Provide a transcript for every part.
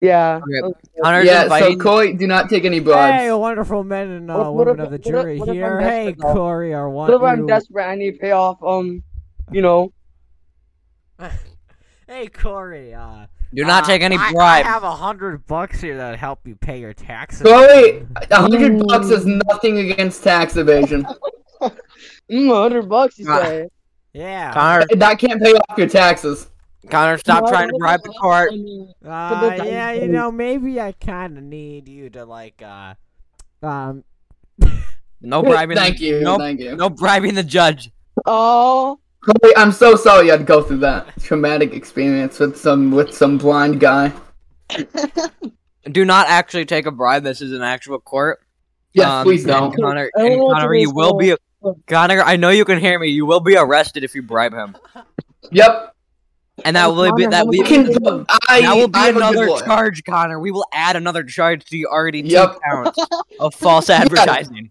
Yeah. Okay. Connor's yeah, so inviting. Corey, do not take any bribes. Hey, oh. wonderful men and uh, What- what women if- of the what if- jury what if I'm here. Hey, desperate, though? Corey, I want What if I'm you- desperate? I need payoff. Um, you know. hey, Corey. Uh, do not uh, take any I- bribes. I, have a hundred bucks here that'll help you pay your taxes. Corey, a hundred bucks is nothing against tax evasion. Mm, a hundred bucks, you Ah. say? Yeah. Connor, that can't pay off your taxes. Connor, stop No, trying to no, bribe the no, court. I mean, Uh, the yeah, you dice. know, maybe I kind of need you to like, uh, um, No bribing. Thank you. No, Thank you. no bribing the judge. Oh, Corey, I'm so sorry you had to go through that traumatic experience with some with some blind guy. Do not actually take a bribe. This is an actual court. Yes, Um, please and don't. Connor, I don't and know what Connor, today's you will be. Connor, I know you can hear me. You will be arrested if you bribe him, Yep. and that will be Oh, Connor, that how will We much be can. I, that will be I'm a good another lawyer. charge, Connor. We will add another charge to the already two Yep. counts of false advertising.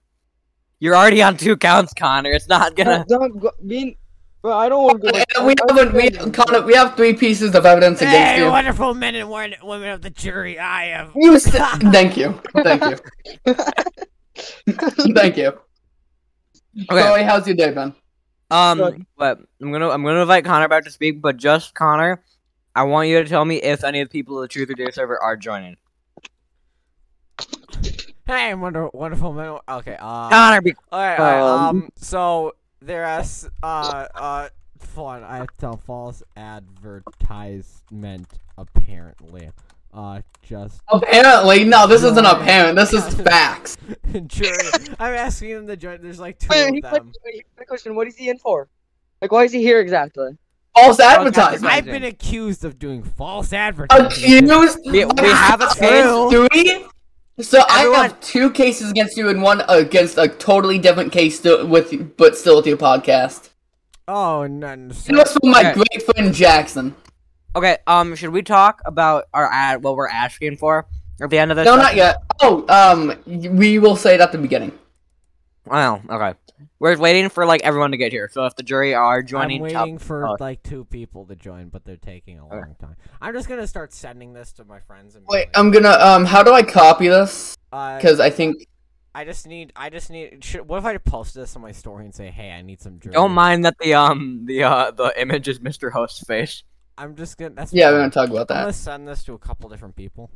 You're already on two counts, Connor. It's not gonna. don't, don't go, mean, bro, I don't want to go. And we haven't. We Connor, we have three pieces of evidence against hey, you. wonderful men and wo- women of the jury, I have. You s- thank you, thank you, thank you. Okay. Corey, how's your day been? Good. Um. But I'm gonna I'm gonna invite Connor back to speak, but just Connor. I want you to tell me if any of the people of the Truth or Dare server are joining. Hey, wonder, wonderful men. Okay, uh, Connor, be All right, all right, Um, um, so there is uh uh fun. I have to tell false advertisement apparently. Uh, just Apparently, no. This isn't apparent. This is facts. jury. I'm asking them to join. There's like two Wait, of he- them. wait, quick question: What is he in for? Like, why is he here exactly? False advertising. I've been accused of doing false advertising. Accused. We- we have a Accused three. So I Everyone- have two cases against you and one against a totally different case still with, but still with your podcast. Oh, and then so, This was from my Okay. great friend Jackson. Okay, um, should we talk about our ad, what we're asking for at the end of this? No, session? not yet. Oh, um, we will say it at the beginning. Oh, okay. We're waiting for like everyone to get here. So if the jury are I'm joining, waiting up- for oh. like two people to join, but they're taking a Okay. long time. I'm just gonna start sending this to my friends and be Wait, like, I'm gonna. Um, how do I copy this? uh, Because I think I just need. I just need. Should, what if I post this on my story and say, "Hey, I need some jury." don't mind that the um the uh the image is Mr. Host's face. I'm just gonna. That's yeah, we're fine. gonna talk about I'm that. gonna send this to a couple different people.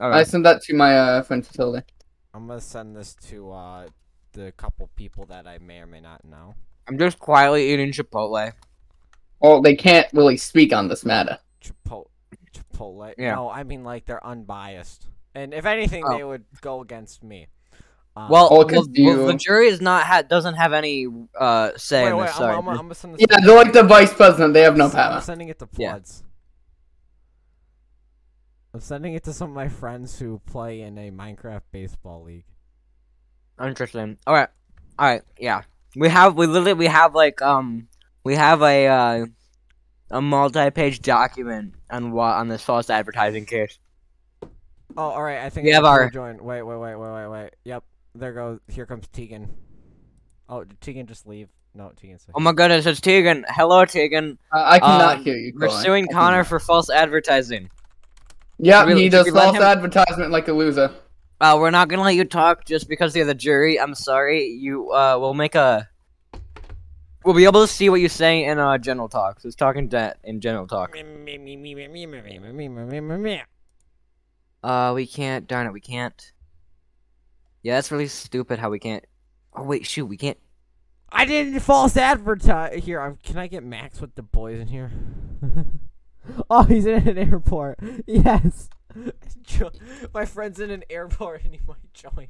I Okay. sent that to my uh, friend Tilda. I'm gonna send this to uh the couple people that I may or may not know. I'm just quietly eating Chipotle. Well, they can't really speak on this matter. Chipotle. Chipotle. Yeah. No, I mean like they're unbiased, and if anything, Oh. they would go against me. Um, Well, All well, well, the confused. jury is not ha- doesn't have any uh say wait, in wait. this. I'm, sorry. I'm, I'm gonna send this. Yeah, to they're like the vice president. They have no I'm sen- I'm power. sending it to Yeah. Bloods. I'm sending it to some of my friends who play in a Minecraft baseball league. Interesting. All right. All right. Yeah. We have we literally we have like um we have a uh a multi-page document on what on this false advertising case. Oh, all right. I think We I have can our- join. Wait, wait, wait, wait, wait, wait. Yep. There goes. Here comes Tegan. Oh, did Tegan just leave? No, Tegan's. Oh my goodness, it's Tegan. Hello, Tegan. Uh, I cannot Um, hear you. We're Corey. suing I Connor cannot. for false advertising. Yeah, Really, he should does we let false him- advertisement like a loser. Uh, we're not gonna let you talk just because you're the jury. I'm sorry. You uh, we'll make a. We'll be able to see what you say in uh general talks. It's talking to in general talk. Uh, we can't. Darn it, we can't. Yeah, that's really stupid. How we can't. Oh wait, shoot, we can't. I didn't false advertise. Here, um, can I get Max with the boys in here? oh, he's in an airport. Yes. Jo- my friend's in an airport and he might join.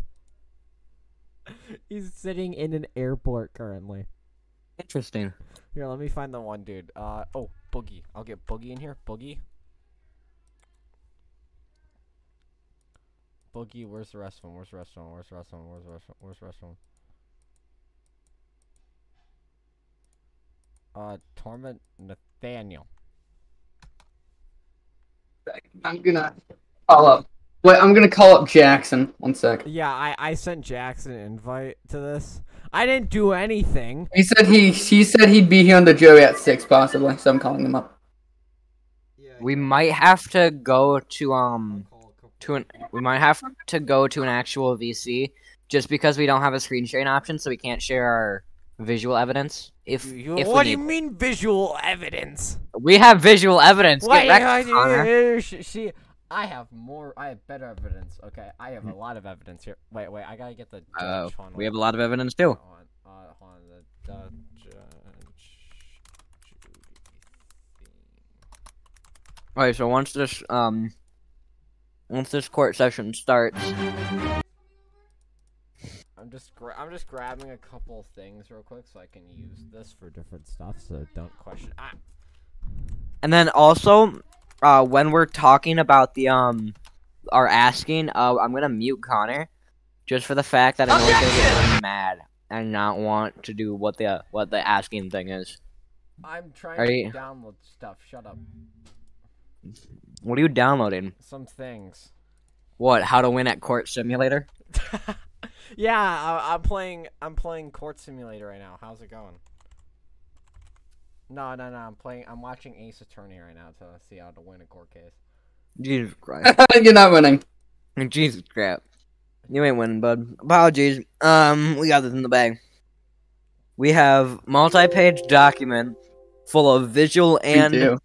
He's sitting in an airport currently. Interesting. Here, let me find the one dude. Uh oh, Boogie. I'll get Boogie in here. Boogie. Boogie, where's the rest of them? Where's the rest of them? Where's the rest of them? Where's the rest of them? Where's the rest of them? Uh, Torment Nathaniel. I'm gonna call up. Wait, I'm gonna call up Jackson. One sec. Yeah, I, I sent Jackson an invite to this. I didn't do anything. He said he. He said he'd be here on the jury at six, possibly. So I'm calling him up. Yeah, We might have to go to um to an we might have to go to an actual VC just because we don't have a screen sharing option, so we can't share our visual evidence. If You- you- if what do we, you need- mean visual evidence? we have visual evidence, Why- get why back to do you- Connor. she, she- I have more. I have better evidence. Okay, I have a lot of evidence here. Wait, wait. I gotta get the Mm-hmm. Uh, judge. Hold we on. have a lot of evidence too. Hold on, uh, hold on, the judge, Judy thing. Alright, so once this um once this court session starts, I'm just gra- I'm just grabbing a couple things real quick so I can use this for different stuff. So don't question. Ah, and then also, uh, when we're talking about the um our asking, uh, I'm gonna mute Connor just for the fact that I know he's gonna get really mad and not want to do what the what the asking thing is. I'm trying Are to you- download stuff. Shut up. What are you downloading? Some things. What? How to win at court simulator? yeah, I, I'm playing. I'm playing Court Simulator right now. How's it going? No, no, no. I'm playing. I'm watching Ace Attorney right now to see how to win a court case. Jesus Christ. You're not winning. Jesus crap. You ain't winning, bud. Apologies. Um, we got this in the bag. We have multi-page document full of visual and you do.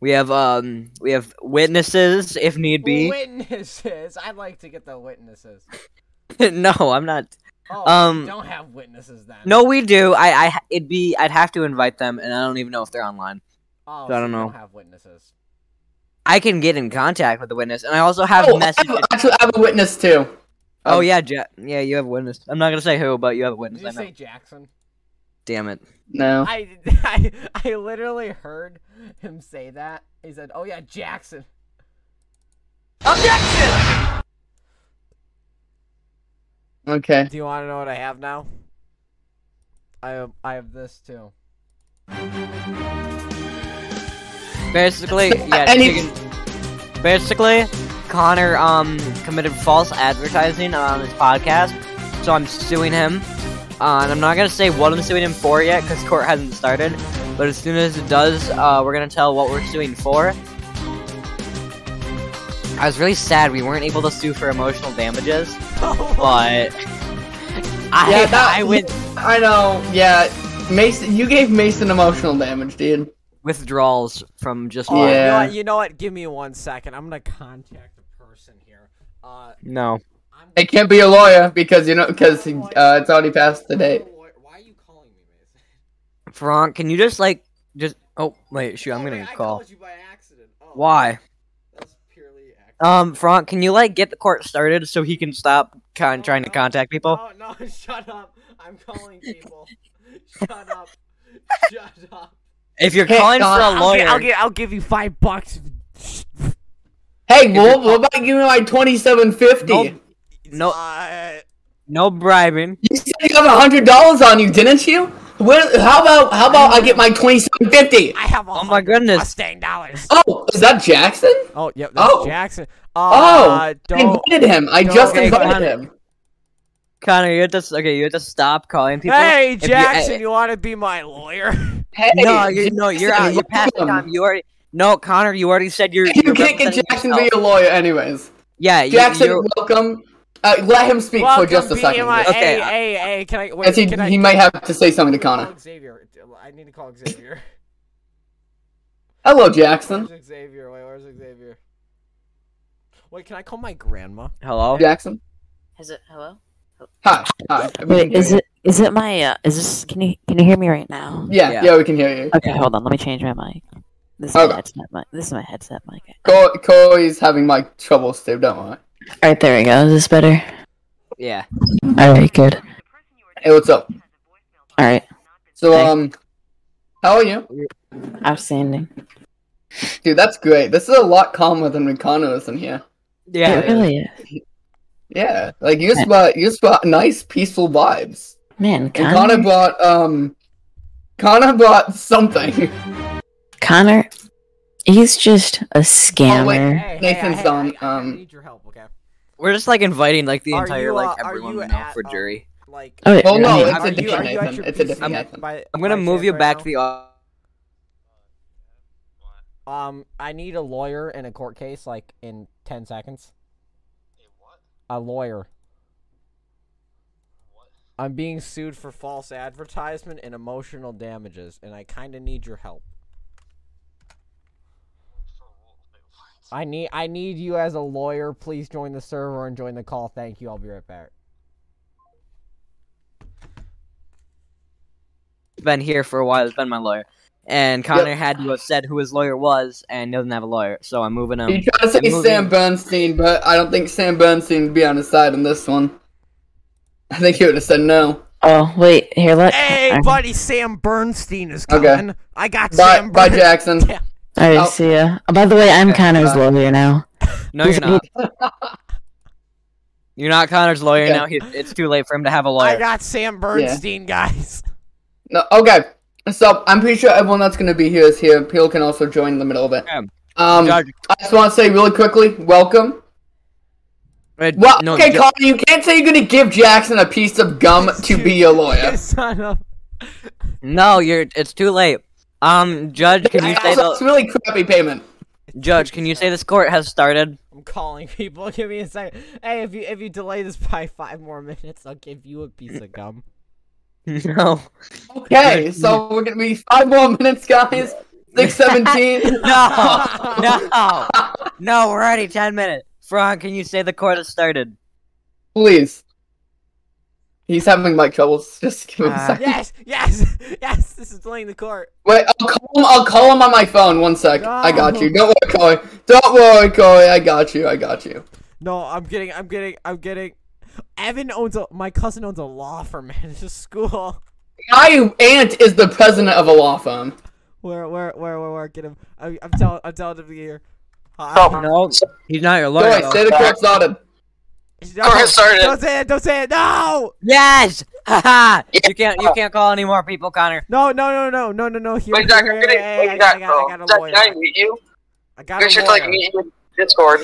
we have um we have witnesses if need be. Witnesses. I'd like to get the witnesses. no, I'm not. Oh, Um, you don't have witnesses then. No, we do. I I it'd be I'd have to invite them, and I don't even know if they're online. Oh, so I so don't you know. Don't have witnesses. I can get in contact with the witness, and I also have Oh, I messages. have, actually, I have a witness too. oh yeah, ja- yeah, you have a witness. I'm not gonna say who, but you have a Did witness. you I know. say Jackson? Damn it. No. I, I I literally heard him say that. He said, "Oh yeah, Jackson." Okay. Do you want to know what I have now? I have, I have this too. Basically, yeah. Any- chicken- Basically, Connor um committed false advertising on his podcast, so I'm suing him. Uh, and I'm not gonna say what I'm suing him for yet, because court hasn't started. But as soon as it does, uh, we're gonna tell what we're suing for. I was really sad we weren't able to sue for emotional damages, but I yeah, that, I went I know. Yeah, Mason, you gave Mason emotional damage, dude. withdrawals from just Oh, life. You, know Yeah. what, you know what? Give me one second. I'm gonna contact a person here. Uh, No, I'm. It can't be a lawyer because you know because uh, it's already past the date. Why are you calling me, Mason? Frank, can you just like just? Oh wait, shoot, I'm Oh, gonna wait, I call. called you by accident. Oh, Why? That's purely accident. Um, Frank, can you like get the court started so he can stop con- trying to contact people? Oh no, shut up. I'm calling people. shut up. Shut up. If you're Hey, calling for Don, a lawyer, I'll give you five bucks. Hey, you're Wolf, what about giving me like twenty-seven fifty? Nope. No. Uh, no bribing. You said you have hundred dollars on you, didn't you? What, how about how about I get my twenty-seven fifty? I have a Oh my hundred goodness! Mustang dollars. Oh, is that Jackson? Oh, yep, that's Oh. Jackson. Oh, Uh, I don't. invited him. I don't just get invited on it. him. Connor, you have to s- okay. You have to stop calling people. Hey, If eh, you- eh, Jackson, you, want to be my lawyer? Hey, no, you're no, you're Jackson, out. You're past the welcome. time. You already no, Connor. You already said you're. You you're can't get representing Jackson to yourself. be a lawyer, anyways. Yeah, you, Jackson, you're- welcome. Uh, let him speak Welcome for just a be second. My, Okay, Hey, I- hey, hey, can I? Wait, As he, can I, he might have to say something to Connor. Call Xavier. I need to call Xavier. Hello, Jackson. Where's Xavier? Wait, where's Xavier? Wait, can I call my grandma? hello. Jackson. Is it hello? Hi. Hi. We can Wait, hear is you. it is it my uh, is this can you can you hear me right now? Yeah, Yeah. yeah, we can hear you. Okay, hold on, let me change my mic. This is Okay. my headset mic. This is my headset mic. Cor- Corey's having mic troubles too. Don't worry. Alright, there we go. Is this better? Yeah. Alright, good. Hey, what's up? Alright. So, Hey. um, how are you, Outstanding. dude? That's great. This is a lot calmer than when Connor was in here. Yeah. it really is. Yeah, like you just brought you just brought nice, peaceful vibes. Man, And Connor, Connor Connor, brought um, Connor brought something. he's just a scammer. Oh, wait. Hey, Nathan's hey, hey, on, I, I, I um, need your help, okay? We're just like inviting like the Are entire you, like uh, are everyone you we know at, for um, jury. Like, Oh, wait, Oh, no, really? it's a are you, different are you at Nathan. your It's a PC different yet Nathan. by- I'm gonna by move chance you right back now? to the. Um, I need a lawyer in a court case, like in ten seconds. A lawyer. I'm being sued for false advertisement and emotional damages, and I kind of need your help. I need I need you as a lawyer. Please join the server and join the call. Thank you. I'll be right back. been here for a while. He's been my lawyer. And Connor had to have said who his lawyer was, and he doesn't have a lawyer, so I'm moving um, him. You try to say I'm moving- Sam Bernstein, but I don't think Sam Bernstein would be on his side on this one. I think he would have said no. Oh wait, here let. Hey, All right, buddy, Sam Bernstein is Okay. coming. I got Bye, Sam. bye Bern- Jackson. all Oh. right see ya. Oh, by the way, I'm Okay, Connor's bye. lawyer now. No, you're not. You're not Connor's lawyer Yeah. now. He, it's too late for him to have a I lawyer. got Sam Bernstein, guys. No, okay. So I'm pretty sure everyone that's going to be here is here. People can also join in the middle of it. Yeah. Um, Judge- I just want to say really quickly, welcome. uh, Well, no, okay, ju- Connor, you can't say you're going to give Jackson a piece of gum to be your lawyer. Son of- no, you're. It's too late. Um, judge, can you That's say the really crappy payment. judge? Can you say this court has started? I'm calling people. Give me a second. Hey, if you if you delay this by five more minutes, I'll give you a piece of gum. No, Okay, so we're going to be five more minutes, guys. 617. no, no, no. We're already ten minutes. Frank, can you say the court has started? Please. He's having mic troubles. Just give him a Uh, second. yes, yes, yes. This is delaying the court. Wait, I'll call him. I'll call him on my phone. One sec. I got you. Don't worry, Corey. Don't worry, Corey. I got you. I got you. No, I'm getting, I'm getting, I'm getting. Evan owns a. My cousin owns a law firm, man. It's a school. My aunt is the president of a law firm. Where, where, where, where, where? Get him. I, I'm telling, I'm telling him to get here. Oh. No, he's not your lawyer. Corey, though. say the court started. No, Go ahead, start it. Don't say it. Don't say it. No. Yes, haha. You can't. You can't call any more people, Connor. No, no, no, no, no, no, no. Here, Wait, here, Zach, I'm here, gonna. hey, hey, I Wait, got, Zach, I got, I bro. got a Zach, lawyer. can I meet you? I You got guys a should, like, lawyer. meet in Discord.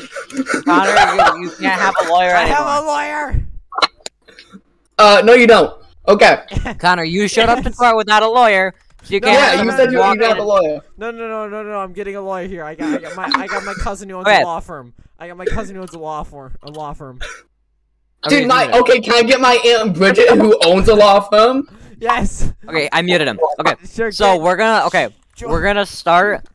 Connor, you, you can't have a lawyer I anymore. have a lawyer. Uh, no, you don't. Okay. Connor, you showed up to Yes. court without a lawyer. So you No, can't. Yeah, you said you were walk not in. a lawyer. No, no, no, no, no. I'm getting a lawyer here. I got, I got my, I got my cousin who owns Go a ahead. law firm. I got my cousin who owns a law firm. A law firm. Dude, my muted him. okay. Can I get my aunt Bridget, who owns a law firm? Yes. okay, I muted him. Okay, Sure. so get- we're gonna okay, Jo- we're gonna start.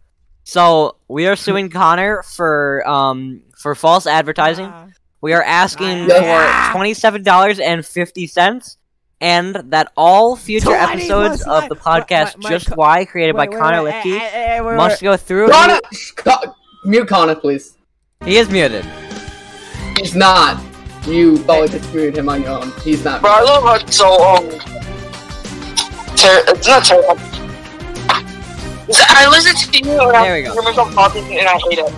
So we are suing Connor for um for false advertising. Ah. We are asking Yeah. for twenty seven dollars and fifty cents, and that all future Twenty episodes was of the my- my- podcast my Just co- Why, created by Wait, wait, Connor wait, Lipke, eh, eh, eh, wait, must wait. go through. Connor, sh- co- mute Connor, please. He is muted. He's not. You probably just muted him on your own. He's not. Bro, I love how it's so, um... Ter- it's not terrible. I listen to you and I There we go. hear myself talking and I hate it.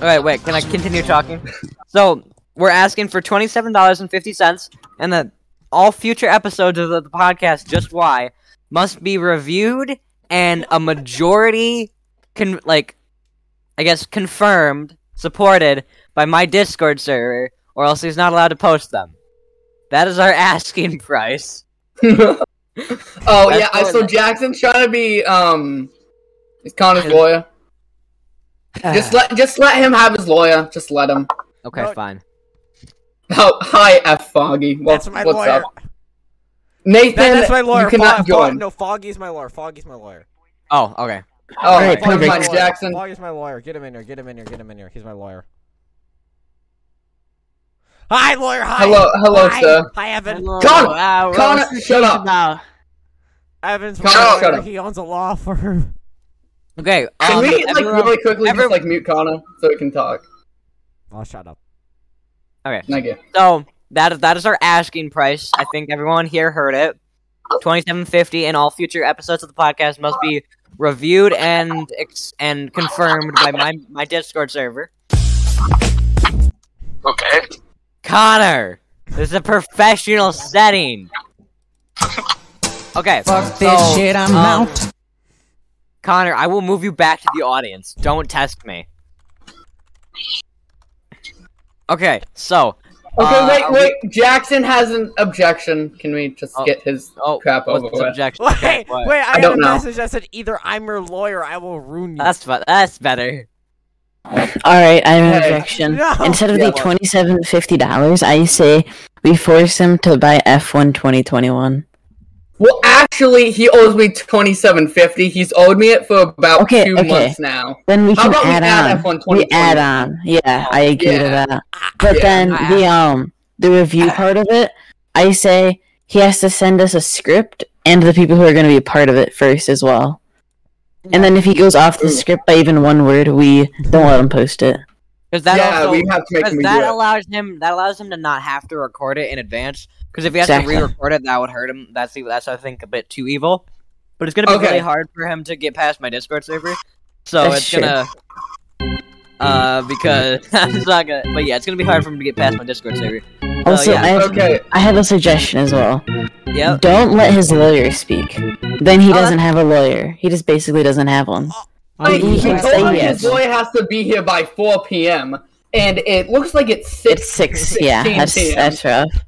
All right, wait. Can I continue talking? So we're asking for twenty-seven dollars and fifty cents, and that all future episodes of the, the podcast, just why, must be reviewed and a majority, con- like, I guess, confirmed, supported by my Discord server, or else he's not allowed to post them. That is our asking price. oh yeah, I That's so good. Jackson's trying to be um he's Connor's lawyer. Just let just let him have his lawyer. Just let him. okay, fine. Oh hi F Foggy. What, That's my what's lawyer. up? Nathan That, that's my lawyer. You cannot Fog- join. Fog- no, Foggy's my lawyer. Foggy's my lawyer. Oh, okay. Oh Alright, never mind, Foggy's perfect. my lawyer. Jackson. Foggy's my lawyer. Get him in here. Get him in here. Get him in here. He's my lawyer. Hi, lawyer. Hi. Hello hello hi. sir. Hi, Evan. Connor! Connor, shut up. Evan's my Shut up. lawyer. Shut up. He owns a law firm. Okay. Can um, we like everyone- really quickly just everyone- like mute Connor so we can talk? Oh, shut up. Thank you. So that is that is our asking price. I think everyone here heard it. Twenty-seven fifty, and all future episodes of the podcast must be reviewed and ex- and confirmed by my my Discord server. Okay. Connor, this is a professional setting. Okay. Fuck so, this shit, I'm um, out. Connor, I will move you back to the audience. Don't test me. Okay, so Okay, Uh, wait, are wait. Jackson has an objection. Can we just Oh. get his? Oh, Crap, what's over this with. objection? Wait, What? wait, I I, got a don't know. message that said either I'm your lawyer, I will ruin you. That's be- that's better. All right, I have an Hey. objection. No. Instead of Yeah, the what? twenty-seven fifty dollars, I say we force him to buy F one twenty twenty-one. Well, actually, he owes me twenty seven fifty. He's owed me it for about Okay, two okay. months now. Then we How can about we add add on. F1 we 2020? add on. Yeah, I agree to Oh, Yeah. Ah, that. But Yeah. then I- the um the review part of it, I say he has to send us a script and the people who are going to be a part of it first as well. And then if he goes off the Ooh. script by even one word, we don't let him post it. Because that yeah, also we have to make because him that do it. allows him that allows him to not have to record it in advance. Because if he has Exactly. to re-record it, that would hurt him. That's the, that's I think a bit too evil. But it's gonna be Okay. really hard for him to get past my Discord server. So That's it's true. gonna uh because it's not gonna. But yeah, it's gonna be hard for him to get past my Discord server. So, Also, yeah. I have, Oh, Okay. I have a suggestion as well. Yep. Don't let his lawyer speak. Then he Oh, doesn't have a lawyer. He just basically doesn't have one. Like, he he can told say us yes. his lawyer has to be here by four p.m. And it looks like it's six. It's six. Yeah, 16 that's p.m. that's rough.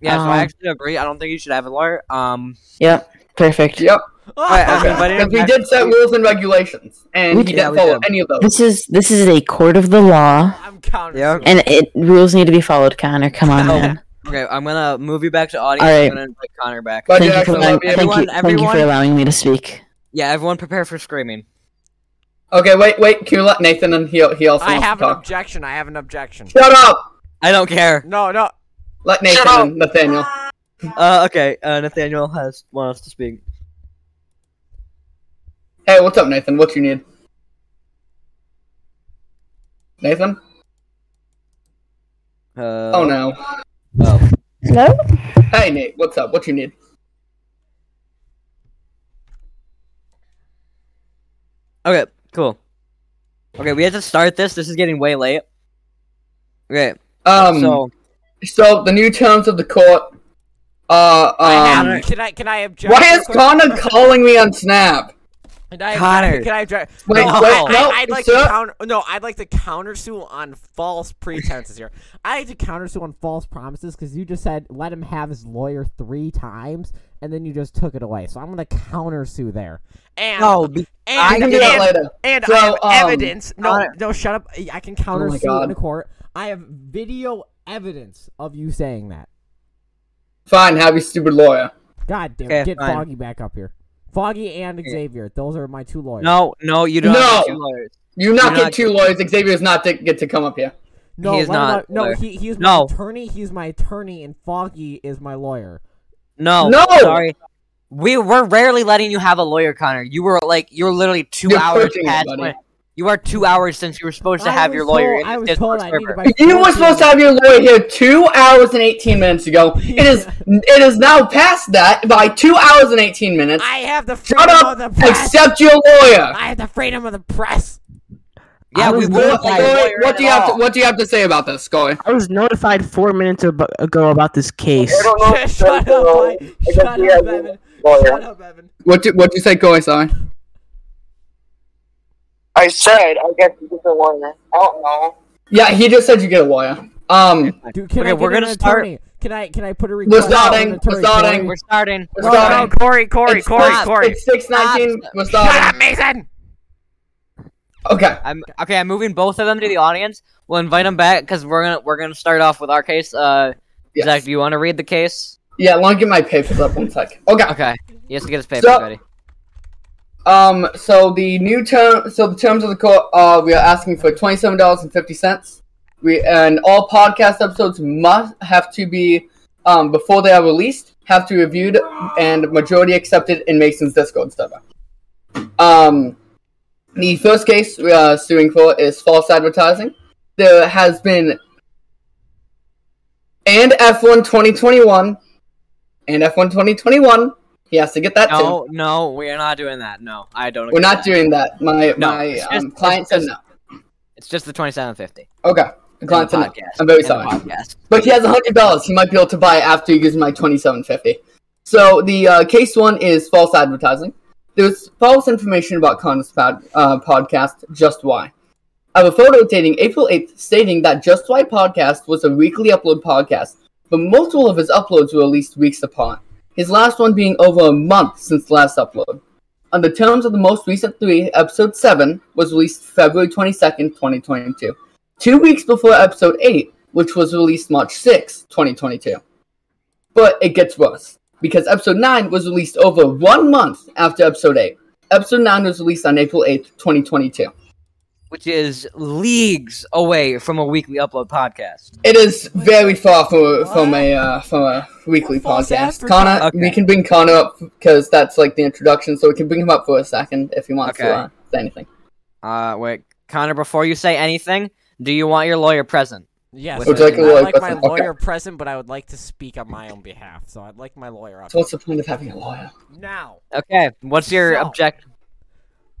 Yeah. so um, I actually agree. I don't think you should have a lawyer. Um. Yep, perfect. Yep. I mean, but it- Because we did set rules and regulations, and We he did, didn't we follow did. any of those. This is this is a court of the law. I'm counting. Yeah. And it rules need to be followed, Connor. Come on, Oh, man. Okay. I'm gonna move you back to audience. Alright. I'm gonna invite Connor back. But Thank you, Jackson, for, love thank, you. you, Everyone- thank you for everyone- allowing me to speak. Yeah. Everyone, prepare for screaming. Okay, wait, wait. Can you let Nathan and he he also I wants have to an talk. objection. I have an objection. Shut up. I don't care. No, no. Let Nathan up. and Nathaniel. Uh, okay, uh, Nathaniel has wants to speak. Hey, what's up, Nathan? What you need? Nathan? Uh, Oh no. oh. No? Hey, Nate. What's up? What you need? Okay, cool. Okay, we have to start this. This is getting way late. Okay, Um. so So the new terms of the court are I have- um. can I can I object? Why real is quick? Connor calling me on Snap? Can I object- Connor. Can I object? Wait, no, wait, I, no, I, would like sir. to counter. No, I'd like to countersue on false pretenses here. I like to countersue on false promises because you just said let him have his lawyer three times, and then you just took it away. So I'm gonna countersue there. And no, be- and, I can do that and- later. And So, I have um, Oh evidence. No, Connor- no, shut up. I can counter my sue God. in the court. I have video evidence of you saying that. Fine. Have your stupid lawyer. God damn, Okay, get fine. Foggy back up here. Foggy and Xavier, those are my two lawyers. no, no, you don't. have No! two lawyers. You not You're get not- two lawyers. Xavier's not to get to come up here. no, he is one of my- not a no, lawyer. he he's my No. attorney. He's my attorney, and Foggy is my lawyer. No, No! Sorry, we were rarely letting you have a lawyer, Connor. You were like, you were literally 2 You're hours pushing it, past. buddy. when- you are two hours since you were supposed to I have was your lawyer. told- in I this was Discord told I needed server. my You were supposed to have your lawyer here two hours and eighteen minutes ago. It is it is now past that by two hours and eighteen minutes. I have the freedom Shut of up! the press. Accept your lawyer. I have the freedom of the press. Yeah, I we was were. What, notified- letting you have Goy, a lawyer what do you at have? To, all. what do you have to say about this, Goy? I was notified four minutes ab- ago about this case. Oh, Shut up, I, shut up, Evan. Shut up, Evan. What do What do you say, Goy? Sorry. I said I guess you get the lawyer. I don't know. Yeah, he just said you get a lawyer. Um, Dude, can Okay, I get we're an gonna start- attorney? Can I can I put a We're request? for an starting, we're attorney? starting. Corey? We're starting. we're No, starting. Corey, Corey, It's six- It's six nineteen. We're Shut up, starting. Mason. Okay. I'm okay. I'm moving both of them to the audience. We'll invite them back because we're gonna we're gonna start off with our case. Uh, Yes. Zach, do you want to read the case? Yeah, let me get my papers up one sec. Okay. Okay, he has to get his papers So- ready. Um. So the new term. So the terms of the court. Uh, we are asking for twenty seven dollars and fifty cents. We and all podcast episodes must have to be um before they are released have to be reviewed and majority accepted in Mason's Discord server. Um, the first case we are suing for is false advertising. There has been and F1 2021 and F1 2021. He has to get that too. No, no, we are not doing that. No, I don't. We're agree not with that. doing that. My No, my it's just- um, client it's said just no. It's just the twenty-seven fifty. Okay, the client said no. I'm very sorry, Podcast. but he has a hundred dollars. He might be able to buy it after he gives me my twenty-seven fifty. So the uh, case one is false advertising. There was false information about Connor's pod, uh, podcast. Just why? I have a photo dating April 8th stating that Just Why podcast was a weekly upload podcast, but multiple of his uploads were released weeks apart, his last one being over a month since the last upload. On the terms of the most recent three, episode 7 was released February 22nd, 2022, two weeks before episode 8, which was released March 6th, 2022. But it gets worse, because episode 9 was released over one month after episode 8. Episode 9 was released on April 8th, 2022. which is leagues away from a weekly upload podcast. It is very far from from a uh, from a weekly False podcast. advertising. Connor, Okay. we can bring Connor up because that's like the introduction, so we can bring him up for a second if he wants Okay. to uh, say anything. Uh, wait, Connor, before you say anything, do you want your lawyer present? Yes, Would I you like do. a I lawyer like my present? Okay. lawyer present, but I would like to speak on my own behalf. So I'd like my lawyer up So what's the point of having a lawyer? now. Okay, what's your So- object?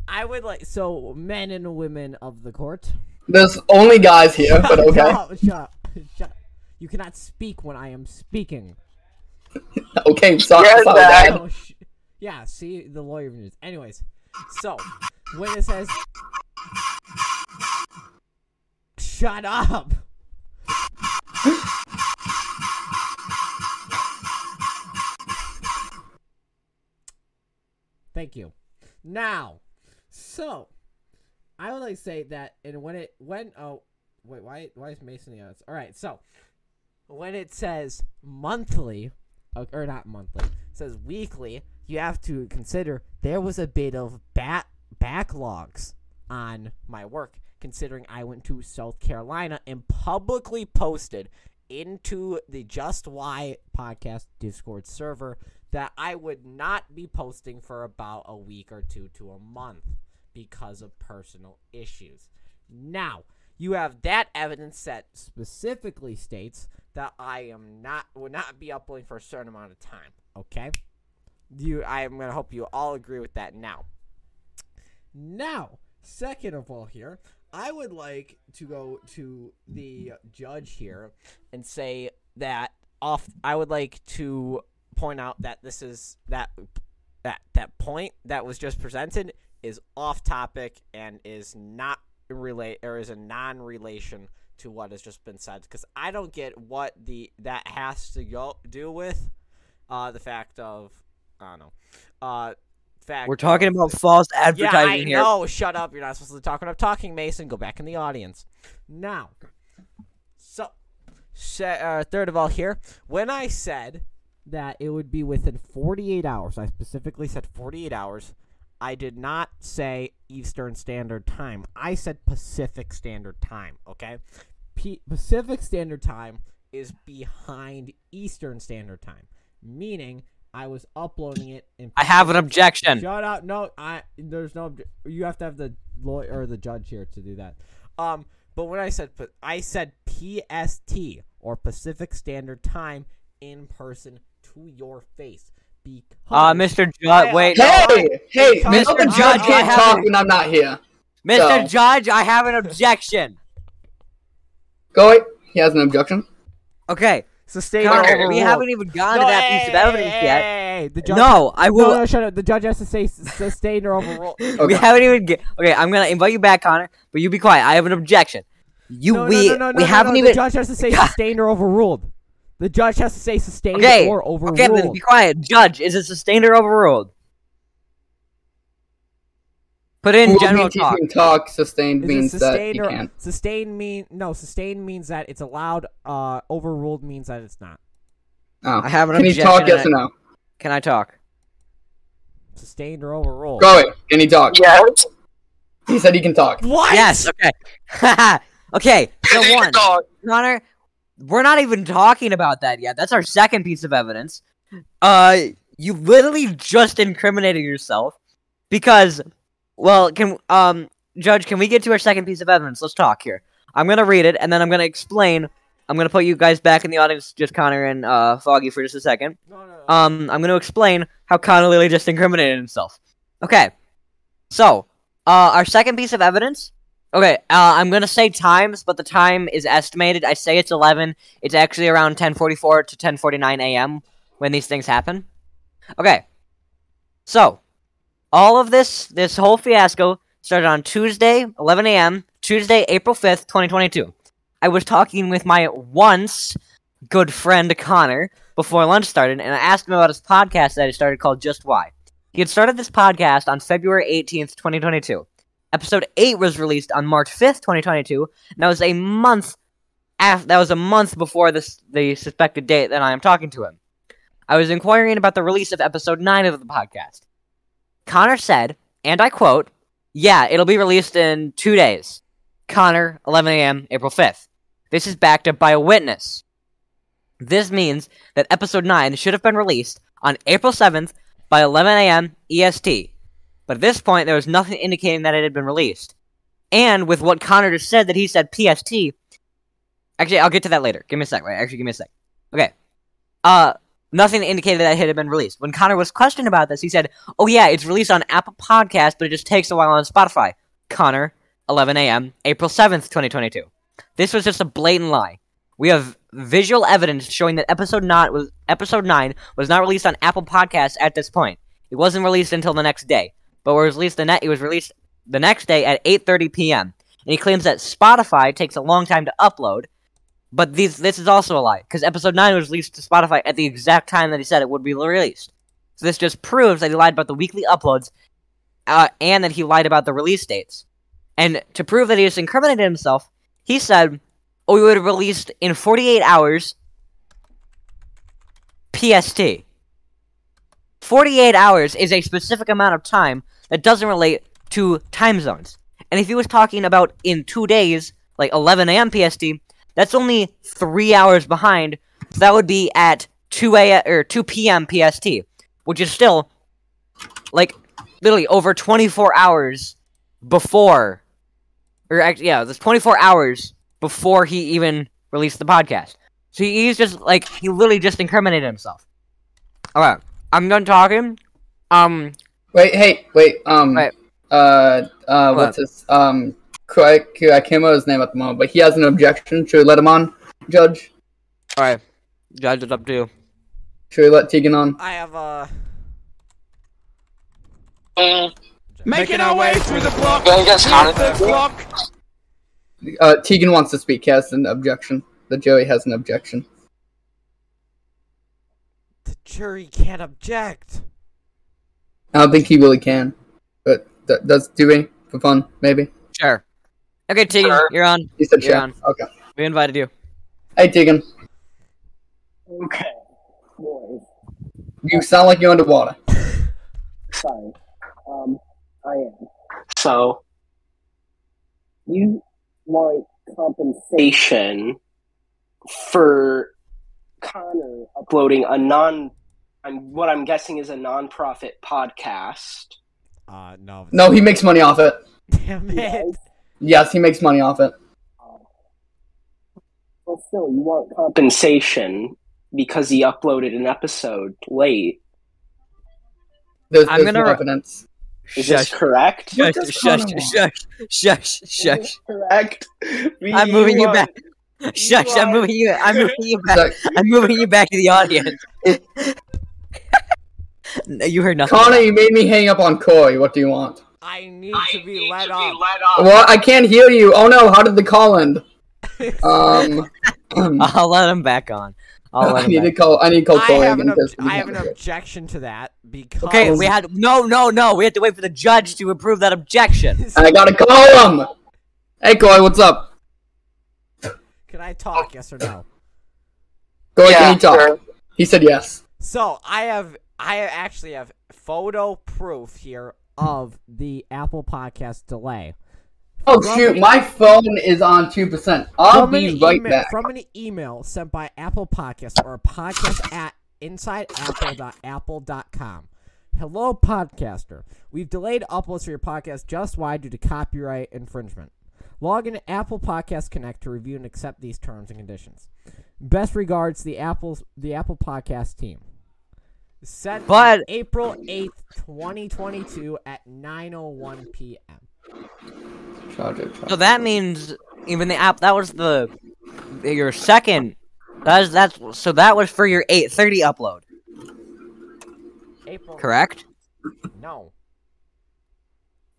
I would like so men and women of the court. There's only guys here, but okay, Shut up, shut up, shut up. You cannot speak when I am speaking. okay, sorry, Yes, sorry, Dad. Dad. Oh, sh- yeah, see the lawyer news. Anyways, so when it says, "Shut up," thank you. Now, so I would like to say that, and when it when oh wait why why is Mason the odds? All right, so when it says monthly o- uh, or not monthly it says weekly you have to consider there was a bit of bat backlogs on my work considering i went to south carolina and publicly posted into the just why podcast discord server that i would not be posting for about a week or two to a month because of personal issues now you have that evidence that specifically states that I am not will not be uploading for a certain amount of time. Okay, you. I am gonna hope you all agree with that now. Now, second of all, here I would like to go to the judge here and say that off. I would like to point out that this is that that that point that was just presented is off topic and is not relate or is a non-relation to what has just been said because I don't get what the that has to go do with uh, the fact of I don't know uh, fact We're talking of- about false yeah advertising I here. know shut up you're not supposed to talk when I'm talking Mason go back in the audience now so se- uh, third of all here when I said that it would be within 48 hours I specifically said 48 hours I did not say Eastern Standard Time. I said Pacific Standard Time, okay? P- Pacific Standard Time is behind Eastern Standard Time, meaning I was uploading it in I have an objection. Shut up. No, I there's no obj- you have to have the lawyer or the judge here to do that. Um but when I said pa- I said PST or Pacific Standard Time in person to your face because Uh, Mr. Judge, I- wait, no, Hey, hey, Connor, Mr. Connor, Judge I can't have talk it. when I'm not here. Mr. So- Judge, I have an objection. Go away. He has an objection. Okay, Sustain Connor, we haven't even gone to that piece of evidence yet. The judge No, I No, will. no, shut up. The judge has to say s- sustained or overruled. We Okay. haven't even. Get, okay, I'm gonna invite you back, Connor, but you be quiet. I have an objection. You, No, no, we, no, no, no, we no, haven't no, even. The judge has to say sustained or overruled. The judge has to say sustained Okay, or okay, then overruled. be quiet. Judge, is it sustained or overruled? Put in Rules general means he talk. can talk. Sustained Is means it that sustained he or can't. sustained mean no sustained means that it's allowed. Uh, overruled means that it's not Oh. I have an Can he objection. talk? and Yes I- or no? Can I talk? sustained or Oh. overruled. Go away. Can he talk? Yes. He said he can talk. What? Yes. Okay. okay. So He's a one, dog. Connor, we're not even talking about that yet. That's our second piece of evidence. Uh, you literally just incriminated yourself because, well, can um, Judge, can we get to our second piece of evidence? Let's talk here. I'm gonna read it and then I'm gonna explain. I'm gonna put you guys back in the audience, just Connor and uh, Foggy for just a second No, no, no. um, I'm going to explain how Connor Lily just incriminated himself. Okay. So, uh, our second piece of evidence. Okay, uh, I'm going to say times, but the time is estimated. I say it's 11. It's actually around 10:44 to 10:49 a.m. when these things happen. Okay. So, all of this this whole fiasco started on Tuesday, 11 a.m. Tuesday, April 5th, 2022. I was talking with my once good friend Connor before lunch started, and I asked him about his podcast that he started called Just Why. He had started this podcast on February 18th, 2022. Episode 8 was released on March 5th, 2022, and that was a month af- that was a month before this the suspected date that I am talking to him. I was inquiring about the release of episode 9 of the podcast. Connor said, and I quote, yeah, it'll be released in two days. Connor, 11 a.m., April 5th. This is backed up by a witness. This means that episode 9 should have been released on April 7th by 11 a.m. EST. But at this point, there was nothing indicating that it had been released. And with what Connor just said, that he said PST. Actually, I'll get to that later. Give me a sec. Wait, actually, give me a sec. Okay. Uh, nothing indicated that it had been released. When Connor was questioned about this, he said, "Oh yeah, it's released on Apple Podcast, but it just takes a while on Spotify." Connor, 11 a.m., April 7th, 2022. This was just a blatant lie. We have visual evidence showing that episode not was episode nine was not released on Apple Podcasts at this point. It wasn't released until the next day, but it was released the net. It was released the next day at 8:30 p.m. And he claims that Spotify takes a long time to upload, but these this is also a lie because episode nine was released to Spotify at the exact time that he said it would be released. So this just proves that he lied about the weekly uploads, uh, and that he lied about the release dates. And to prove that he just incriminated himself, he said, "Oh, we would have released in 48 hours." PST. 48 hours is a specific amount of time that doesn't relate to time zones. And if he was talking about in two days, like 11 a.m. PST, that's only three hours behind. So that would be at 2 a or 2 p.m. PST, which is still like literally over 24 hours before, or actually, yeah, that's 24 hours before he even released the podcast. So he's just like he literally just incriminated himself. All right, I'm done talking. Um, Wait, hey, wait, um, Wait. uh, uh, what's his, um, Kua- Kua- I can't remember his name at the moment, but he has an objection. Should we let him on, Judge? all right, judge, it's up to you. Should we let Tegan on? I have a. Mm, Making our way through the block. Yeah, you guys Clear counted. the block. Uh, Tegan wants to speak. He has an objection. The Joey has an objection. The jury can't object. I don't think he really can, but th- does do we for fun maybe? Sure. Okay, Tegan, Sure. you're on. He said You're sure. on. Okay. We invited you. Hey Tegan, Okay, boys. you sound like you're underwater. Sorry. Um, I am. So You want compensation station for Connor uploading a non, I'm, what I'm guessing is a non-profit podcast. Uh, no. No, he makes money off it. Damn it. Yes, he makes money off it. Well, still, you want comp- Compensation because he uploaded an episode late. There's, I'm there's no gonna- evidence. Is this correct? Shush, does shush, Connor shush, shush, shush. correct. I'm moving you are- back. Shush, I'm are- moving you. I'm moving you Is back. that- I'm moving you back to the audience. No, you heard nothing. Connor, you made me hang up on Coy. What do you want? I need to be let up. Well, I can't hear you. Oh no, how did the call end? Um, I'll let him back on. I'll let I need him to back. call. I need to call I Coy have, again. an ob- 'cause we I have an can't do it. objection to that because. Okay, we had no, no, no. We had to wait for the judge to approve that objection. I gotta call him. Hey Coy, what's up? Can I talk? Yes or no? Coy, Yeah, can you talk? sure. He said yes. So I have, I actually have photo proof here of the Apple Podcast delay Oh From- shoot, my phone is on two percent. I'll from an be right email, back. from an email sent by Apple Podcast or podcast at insideapple.apple.com. Hello, podcaster. We've delayed uploads for your podcast just why due to copyright infringement. Log into Apple Podcast Connect to review and accept these terms and conditions. Best regards, the Apple's the Apple Podcast team. Sent on But- April eighth, twenty twenty two, at nine oh one p.m. Charger, charger. So that means even the app. That was the your second. That's that's. So that was for your 8:30 upload, April. correct? No.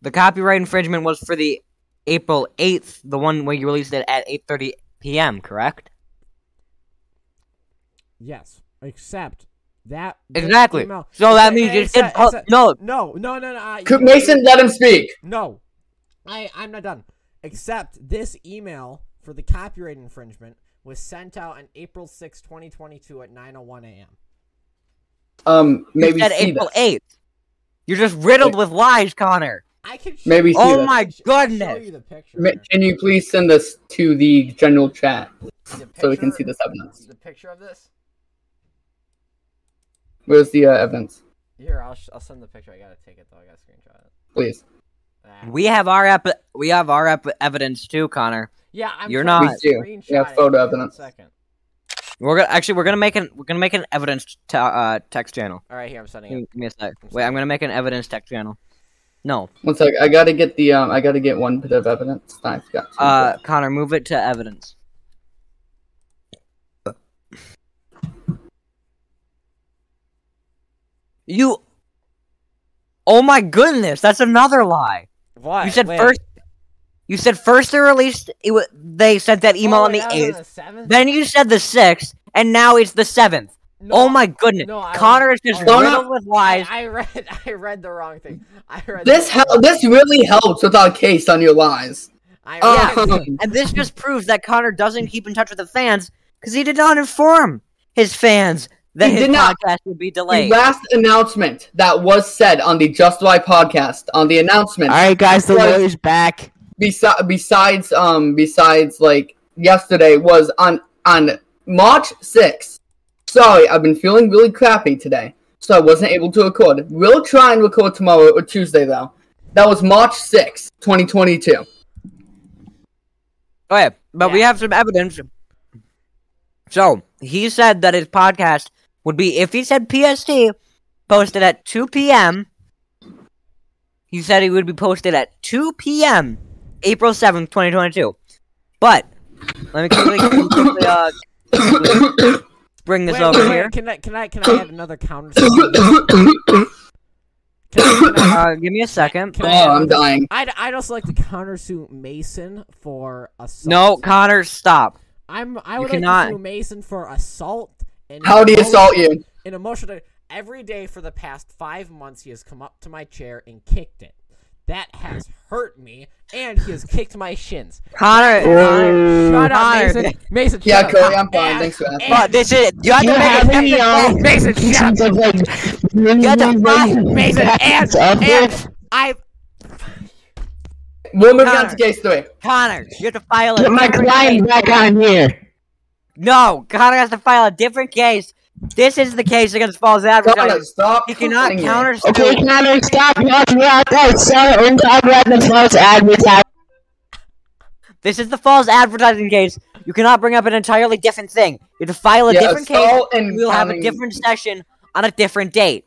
The copyright infringement was for the April 8th, the one where you released it at 8:30 p.m., correct? Yes, except that Exactly. email- So that Except- means you except- said oh, except- no. no, no, no, no. I- Could Mason let him speak? No, I I'm not done. Except this email for the copyright infringement was sent out on April 6, 2022 at 9:01 a.m. Um, You maybe said see April that. 8th. You're just riddled with lies, Connor. I can show Maybe you- see Oh that. my I can Show goodness. you the picture. Ma- here. Can you please send this to the general chat The so we can picture- see this evidence? The picture of this. Where's the uh, evidence? Here, I'll sh- I'll send the picture. I gotta take it though. I gotta screenshot it. Please. Ah. We have our ep- we have our ep- evidence too, Connor. yeah, I'm You're trying not. to We do. screenshot Yeah, it. photo Give me evidence. One second. We're gonna actually we're gonna make an we're gonna make an evidence t- uh, text channel. All right, here I'm sending Give it. me a sec. Wait, I'm gonna make an evidence text channel. No, One sec. I gotta get the um. I gotta get one bit of evidence. I forgot. to- uh, Connor, move it to evidence. You. Oh my goodness, that's another lie. What? Mm. You said Wait. first. You said first they released. It wa they sent that email Oh, on the that was eighth. the seventh? Then you said the sixth, and now it's the seventh. No, oh my goodness, no, I- Connor is just I- riddled with lies. I, I read I read the wrong thing. I read This the hel- wrong- this really helps with our case on your lies. Um, I Oh, Yeah. read the- And this just proves that Connor doesn't keep in touch with the fans because he did not inform his fans that He his did not. podcast would be The delayed. last announcement that was said on the Just Why podcast on the announcement. All right, guys, the Because- lawyer's back. besi- besides um besides like yesterday was on on March 6th. Sorry, I've been feeling really crappy today, so I wasn't able to record. We'll try and record tomorrow or Tuesday though. That was March 6th, 2022. Okay, but we have some evidence. So he said that his podcast would be if he said PST posted at 2 p.m. He said he would be posted at 2 p.m. April 7th, 2022. But let me quickly, quickly, uh, bring this Wait, over wait, here. Can I can I can I add another counter? can I, can I, Uh, give me a second. can Oh, I add I'm another- dying. I'd, I'd also like to countersue Mason for assault. No, Connor, stop. I'm I you would cannot. like to sue Mason for assault and How Oh. do you assault you? an emotional every day for the past five months he has come up to my chair and kicked it. That has hurt me, and he has kicked my shins. Connor, Connor, Shut up, Connor. Mason. Mason, Yeah, shut Curry, up. I'm fine. Thanks for asking. But this is you have You to have make any uh, it. Mason, shut up. Like, You have to fight. Mason, and, And I We'll move on Connor. to case three. Connor, you have to file a Get my different case. client back on here. No, Connor has to file a different case. This is the case against false Connor, advertising. stop. He cannot hurting me. counter. Okay, Connor, stop yelling out that sell and copyright the false advertising. This is the false advertising case. You cannot bring up an entirely different thing. You have to file a Yeah, different case. assault and We'll have a counting- different session on a different date.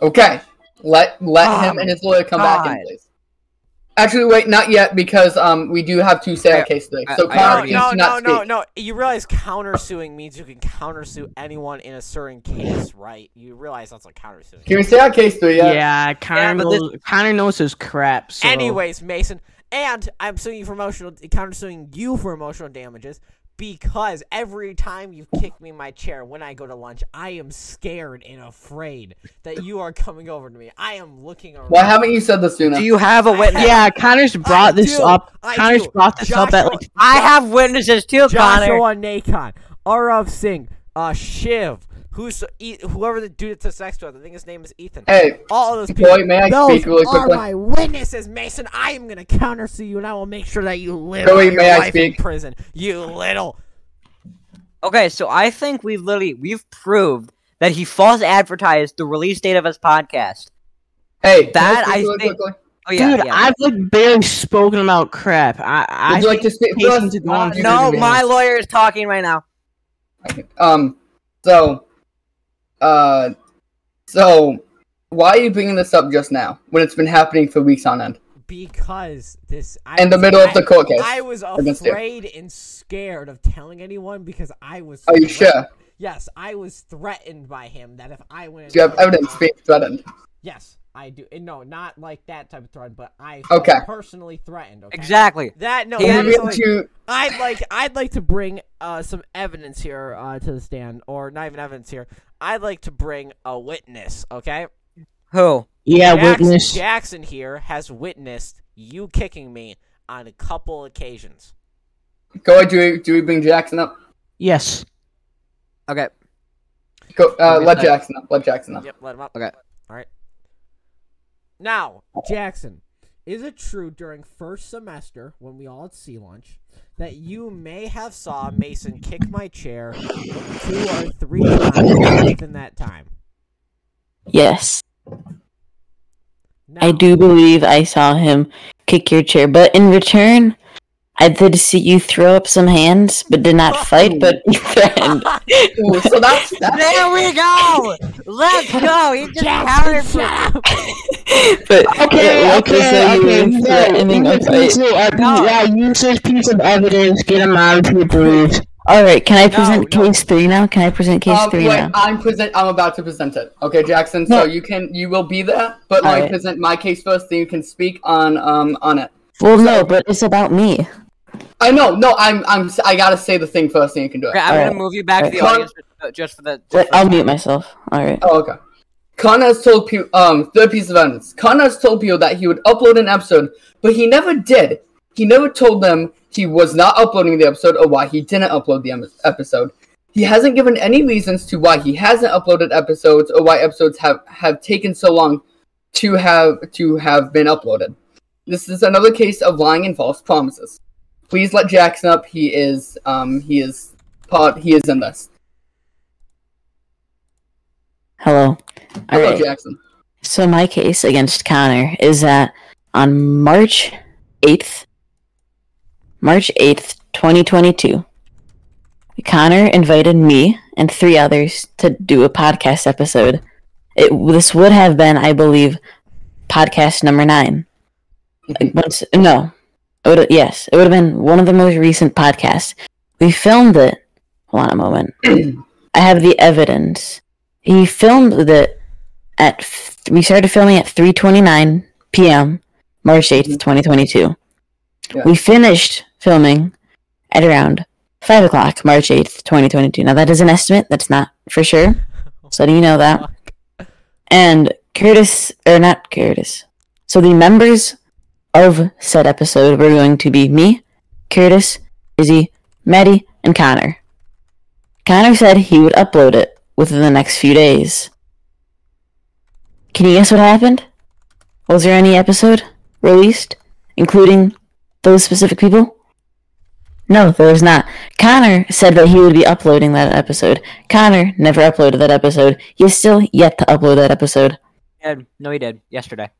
Okay. Let let Oh him and his lawyer come back God. in, please. Actually, wait, not yet, because um we do have to say I- our case today. I- So I Connor, no, already- please no, do no, not no, speak. no. You realize countersuing means you can countersue anyone in a certain case, right? You realize that's what countersuing. Can is. we say our case three yet? Yeah, Connor, but this- knows, Connor knows his crap. So. Anyways, Mason, and I'm suing you for emotional, countersuing you for emotional damages because every time you kick me in my chair when I go to lunch, I am scared and afraid that you are coming over to me. I am looking around. Why haven't you said this sooner? Do you have a witness? yeah, Connor's brought this do, up. I Connor's do. brought this up at Joshua- like I have witnesses too, Connor. Joshua Nacon, Arav Singh, uh, Shiv, who's e- whoever the dude that's a sex with. I think his name is Ethan. Hey, all of those Boy, people. may I those speak really are quickly? my witnesses, Mason. I am gonna countersue you, and I will make sure that you live Boy, out your may I life in speak? prison. You little. Okay, so I think we've literally we've proved that he false advertised the release date of his podcast. hey, can That I, I speak really think- quickly? Oh yeah, Dude, yeah. I've like barely spoken about crap. I, I Would you like to speak Mason first? to go on Uh, to no, the man. my lawyer is talking right now. Um, so, uh, so why are you bringing this up just now when it's been happening for weeks on end Because this I in the was- middle of the I- court case? I was Against you. afraid and scared of telling anyone because I was. Are you threat- sure? Yes, I was threatened by him that if I went. Do you have and told evidence him- being threatened? Yes, I do. And no, not like that type of threat, but I Okay. personally threatened. Okay? Exactly. That no. He that And is we like- have to I'd like I'd like to bring uh, some evidence here uh, to the stand, or not even evidence here. I'd like to bring a witness. Okay, Who? Yeah, Jackson, witness. Jackson here has witnessed you kicking me on a couple occasions. go. Do we do we bring Jackson up? Yes. Okay. Go. Uh, Okay, let I- Jackson up. Let Jackson up. Yep, let him up. Okay. All right. Now, Jackson, is it true during first semester when we all had sea lunch that you may have saw Mason kick my chair two or three times within that time? Yes. I Now- do believe I saw him kick your chair, but in return, I did see you throw up some hands, but did not fight, but you threatened. Ooh, so that's that. There we go. Let's go. He just counted Jackson, for. shut up! but Okay, yeah, okay, say you okay. were No, threatening a use this fight. piece of ev- No. Yeah, use this piece of evidence. Get him out of here, please. All right, can I present no. case three now? Can I present case Um, three wait, now? I'm present. I'm about to present it. Okay, Jackson. So No. you can you will be there, but let me Alright. present my case first. Then you can speak on um on it. Well, no, but it's about me. I know. No, I'm I'm I gotta say the thing first. Then you can do it. Okay, I'm gonna Alright. move you back to the Alright. audience just- just for the. Wait, Just for I'll the mute myself. All right. Oh, okay. Connor has told people, um, third piece of evidence. Connor has told people that he would upload an episode, but he never did. He never told them he was not uploading the episode or why he didn't upload the em- episode. He hasn't given any reasons to why he hasn't uploaded episodes or why episodes have, have taken so long to have to have been uploaded. This is another case of lying and false promises. Please let Jackson up. He is um he is part he is in this. Hello. All Hello, right. Jackson. So my case against Connor is that on March 8th, March 8th, 2022, Connor invited me and three others to do a podcast episode. It this would have been, I believe, podcast number 9. Like, Once no. It would yes, it would have been one of the most recent podcasts. We filmed it. Hold on a moment. I have the evidence. He filmed it at f- we started filming at 3:29 p.m. March 8th, 2022. Yeah. We finished filming at around 5 o'clock, March 8th, 2022. Now that is an estimate; that's not for sure. So do you know that? And Curtis, or not Curtis. So the members of said episode were going to be me, Curtis, Izzy, Maddie, and Connor. Connor said he would upload it within the next few days. Can you guess what happened? Was there any episode released, including those specific people? No, there was not. Connor said that he would be uploading that episode. Connor never uploaded that episode. He is still yet to upload that episode. Did. No, he did yesterday.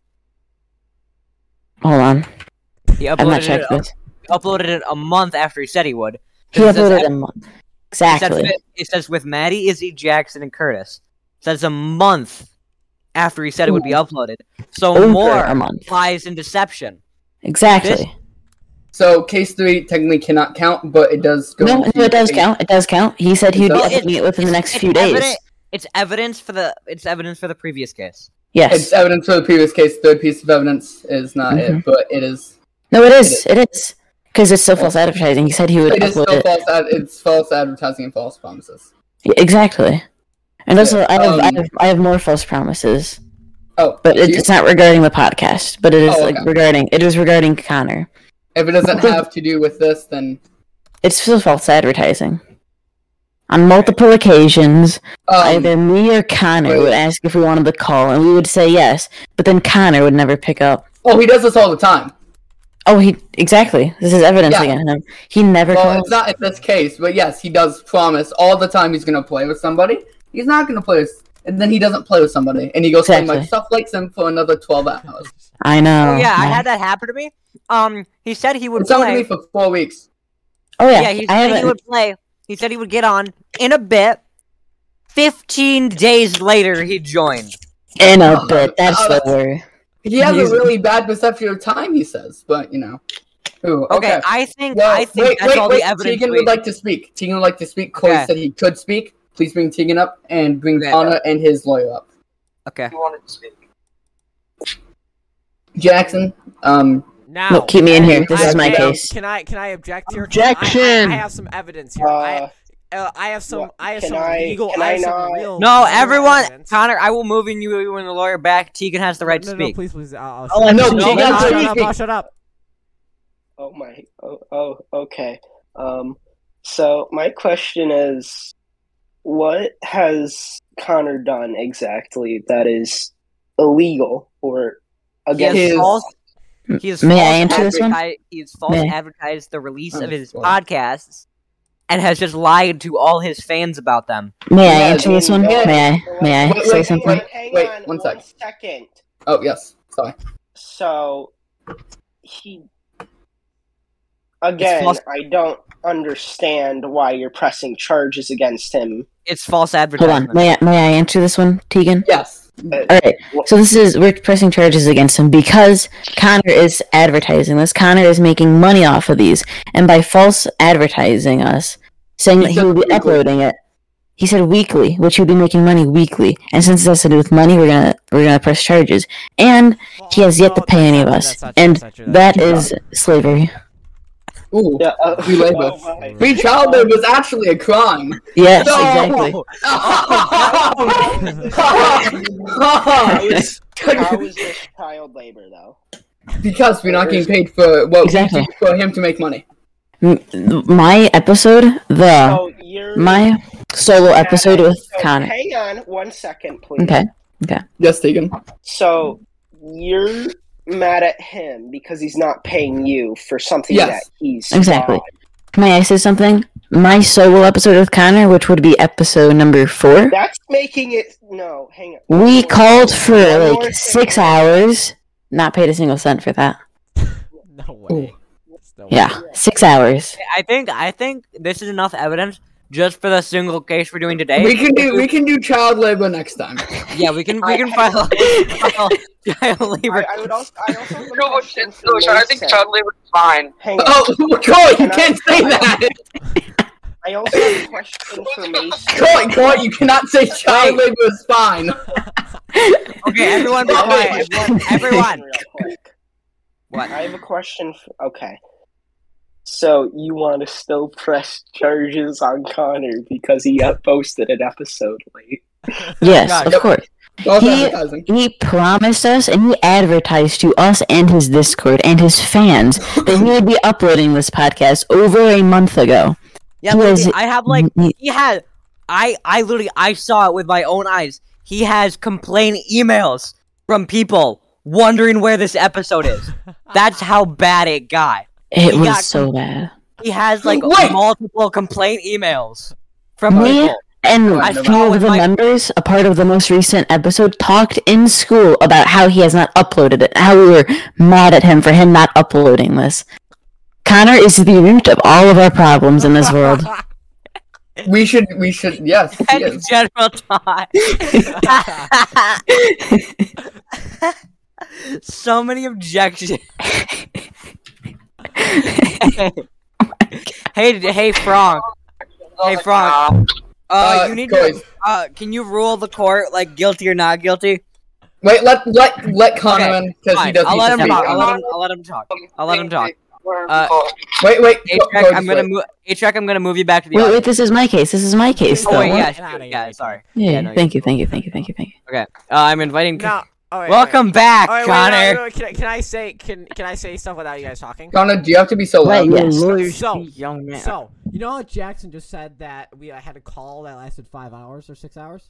Hold on. He I've not uploaded it. checked this. Uploaded it a month after he said he would. He It says uploaded a month. It says, Exactly. fi- it says with Maddie, Izzy, Jackson, and Curtis. It says a month after he said it would be uploaded. So Over more a month. lies and deception. Exactly. So case three technically cannot count, but it does go. No, to no, it does case- count. It does count. He said he would be Well, uploading it within the next few days. eviden- it's evidence for the it's evidence for the previous case. Yes. Mm-hmm. It's evidence for the previous case. Third piece of evidence is not it, but it is. No, it is. It is. Because it's still false advertising. He said he would It is upload still it. false. Ad- it's false advertising and false promises. Yeah, exactly. And also, Yeah, I, have, um, I have I have more false promises, Oh, but do it, you- it's not regarding the podcast. But it is Oh, like okay. regarding it is regarding Connor. if it doesn't have to do with this, then It's still false advertising. On multiple occasions, um, either me or Connor wait. would ask if we wanted to call, and we would say yes. But then Connor would never pick up. oh, he does this all the time. Oh, he exactly. This is evidence Yeah. against him. He never Well, calls. it's not in this case, but yes, he does promise all the time he's gonna play with somebody. He's not gonna play with, and then he doesn't play with somebody, and he goes exactly. Exactly. like stuff likes him for another twelve hours. I know. Oh, yeah, I man. had that happen to me. Um, he said he would It's happened to play. me for four weeks. Oh yeah, yeah, he I said haven't. he would play. He said he would get on in a bit. Fifteen days later, he joined. In a bit. That's Oh, the that's- word. He has He's- a really bad perception of time, he says, but you know. Ooh, Okay, okay. I think Well, I think wait, that's wait, all wait. the evidence. Tegan we- would like to speak. Tegan would like to speak. Corey Okay. said he could speak. Please bring Tegan up and bring Okay. Connor and his lawyer up. okay, You wanted to speak. Jackson. Um, Oh, Now, Look, keep me in here. can This I is my object- case. Can I can I object here? 'Cause I- I- Objection! I, have some evidence here. I, uh, I have some. what- I have can some I- legal. can I I have some not- real. No, real everyone, evidence. Connor, I will move in you when the lawyer back. Tegan has the right no, to no, speak. No, please, please. I'll, I'll Oh, shut no, up. Jake, I'll I'm shut up. speaking. I'll shut up. Oh my. Oh, oh okay. Um, so my question is, what has Connor done exactly that is illegal or He has against? His- false. He has May false I answer this one? adverti- He has false May I? advertised the release Oh, of his well. podcasts, and has just lied to all his fans about them. May I Yeah, answer this one? yeah. May I? May I Wait, say wait, something? wait. Hang on one sec. one second. oh yes, sorry. So he again, false. I don't understand why you're pressing charges against him. It's false Hold advertisement. on. May I? May I answer this one, Tegan? Yes, All right. Uh, So this is we're pressing charges against him because Connor is advertising this. Connor is making money off of these, and by false advertising us, saying that he said will be weekly. uploading it. He said weekly, which he'll be making money weekly, and since it has to do with money, we're gonna we're gonna press charges, and he has yet to No, pay that's any not of true, us, that's not true, and that's not true, that's that is slavery. Ooh, Yeah, uh, free labor. oh my- Free childhood was actually a crime. Yes, No! exactly. How is this child labor though? because we're not getting paid for what Exactly. we do for him to make money. M- my episode, the So you're Uh, my solo episode with So Connor. Hang on one second, please. Okay. Yes, Tegan. So you're mad at him because he's not paying you for something Yes. that he's Exactly. done. May I say something? My solo episode with Connor, which would be episode number four, That's making it no. Hang on. we called for One more like thing. six hours, not paid a single cent for that. No way. There's no way. Yeah, six hours. I think I think this is enough evidence just for the single case we're doing today. We can do we can do child labor next time. yeah, we can we can file, file child labor. I, I would also. I also have a No, question shit, for Lucian, I think Mason. child labor is fine. Hang on. Oh, Troy, you Can I- can't say that. I also have a question for Mason. Troy, Troy, you cannot say child labor is fine. okay, everyone, be I have a quiet. question Everyone. real quick. What? I have a question. For, okay. So you want to still press charges on Connor because he up- posted an episode late? Yes, God. of course. False He- advertising. He promised us and he advertised to us and his Discord and his fans that he would be uploading this podcast over a month ago. Yeah, Who literally, is it? I have like He- he had. I I literally I saw it with my own eyes. He has complaint emails from people wondering where this episode is. That's how bad it got. It he got was so bad. He has like Wait. multiple complaint emails from Me? people. And I a saw few with of the my- members, a part of the most recent episode, talked in school about how he has not uploaded it, how we were mad at him for him not uploading this. Connor is the root of all of our problems in this world. We should we should yes. he And is. general talk. so many objections. hey, hey, hey, Frog. Hey, Frog. Uh, Uh, you need Troy, to. Uh, can you rule the court like guilty or not guilty? wait. Let let let Connor Okay, in because he Fine. does I'll need let to him speak. talk. I'll let him. I'll let him talk. I'll let him talk. Uh, Wait wait. A Troy, track, I'm just gonna wait. move. A track, I'm gonna move you back to the. wait, audience. wait, this is my case. This is my case, oh though. wait, What? yeah, Get sure, outta here, yeah. Ethan. Sorry. Yeah, Yeah, no, thank you, thank you, thank you, thank you, thank you. Okay. Uh, I'm inviting. No. all right, Welcome back, All right, wait, wait, Connor. wait, wait, can, I, can I say can can I say stuff without you guys talking? Connor, do you have to be so Wait, loud? yeah. Yes. So- young man. So you know how Jackson just said that we I had a call that lasted five hours or six hours.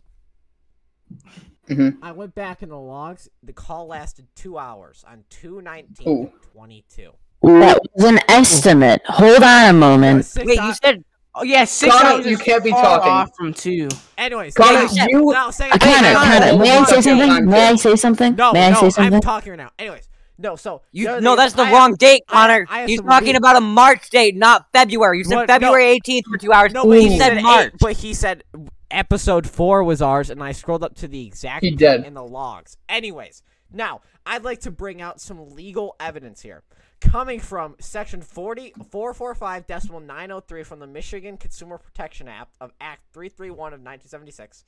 Mhm. I went back in the logs. The call lasted two hours on two nineteen Ooh. twenty two. That was an estimate. Hold on a moment. Six Wait, hou- you said. Oh yeah, six Connor, hours. you is can't be far talking. Off from two. Anyways, Connor, now- you- now say- Uh, Connor, Connor, Connor, may I hold say on. something? May I say something? No, May I no, say something? I'm talking right now. Anyways, no. So the You other no, day, that's the I- wrong date, I- Connor. I have He's some talking weird- about a March date, not February. You said What? No. February 18th for two hours. No, but he you said said eight, March. but he said episode four was ours, and I scrolled up to the exact He date did. in the logs. Anyways, now I'd like to bring out some legal evidence here, coming from section 40 445 decimal 903 from the Michigan Consumer Protection Act of Act 331 of 1976.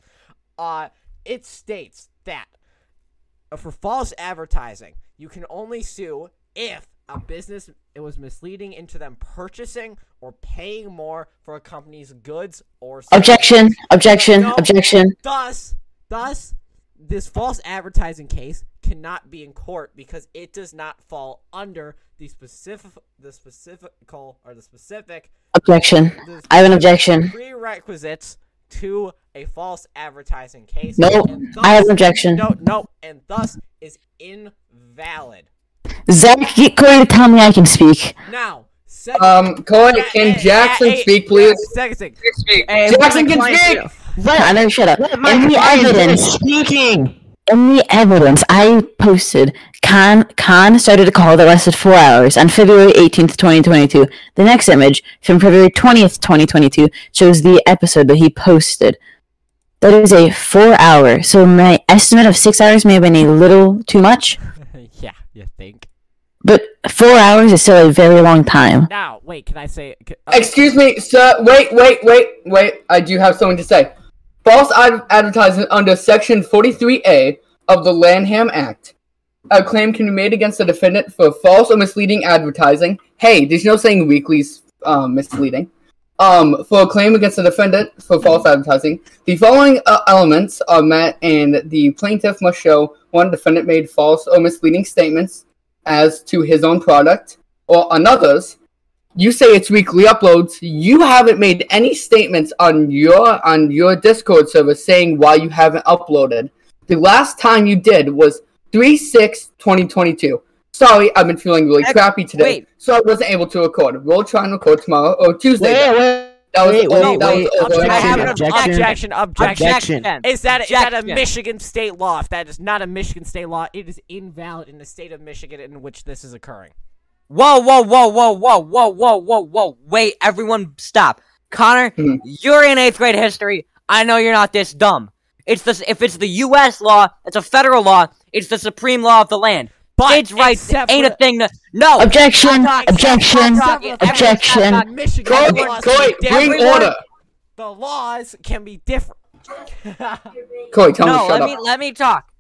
Uh, it states that uh, for false advertising, you can only sue if a business it was misleading into them purchasing or paying more for a company's goods or service. Objection, objection, No. objection. Thus, thus, this false advertising case cannot be in court because it does not fall under the specific, the specifical, or the specific. Objection. the I have an objection. Prerequisites to a false advertising case. Nope. and I have thus- an objection. No, no, and thus is invalid. Zach, get Corey to tell me I can speak. Now, second. Um, Coy, Yeah, can yeah, Jackson yeah, speak, yeah, please? Second thing. Jackson can speak. What? I know, shut up. In the client is evidence, Speaking. in the evidence I posted, Khan Khan started a call that lasted four hours on February 18th, 2022. The next image from February 20th, 2022 shows the episode that he posted. That is a four hour, so my estimate of six hours may have been a little too much, yeah, you think. but four hours is still a very long time. Now, wait, can I say. c- uh, Excuse me, sir. Wait, wait, wait, wait. I do have something to say. False ad- advertising under Section 43A of the Lanham Act. A claim can be made against the defendant for false or misleading advertising. Hey, there's no saying weekly's um, misleading. Um, for a claim against the defendant for false advertising, the following uh, elements are met, and the plaintiff must show one defendant made false or misleading statements as to his own product or another's you say it's weekly uploads. You haven't made any statements on your on your Discord server saying why you haven't uploaded. The last time you did was 3 6 2022. Sorry, I've been feeling really Ex- crappy today, wait. so I wasn't able to record. We'll try and record tomorrow or Tuesday. Wait, wait, that was, wait, oh, wait, that wait. was over. I have an Objection. objection. Objection. Objection. Is that, is that a Objection. Michigan state law? If that is not a Michigan state law, it is invalid in the state of Michigan in which this is occurring. Whoa, whoa, whoa, whoa, whoa, whoa, whoa, whoa, whoa. Wait, everyone stop. Connor, Mhm. you're in eighth grade history. I know you're not this dumb. It's the if it's the US law, it's a federal law, it's the supreme law of the land. But Kids' rights except ain't for- a thing to No Objection, I'm not- I'm objection, not- Several objection. times, Michigan Coy, laws Coy, can be bring different. order. The laws can be different. Coy, tell No, me to shut let up. me let me talk.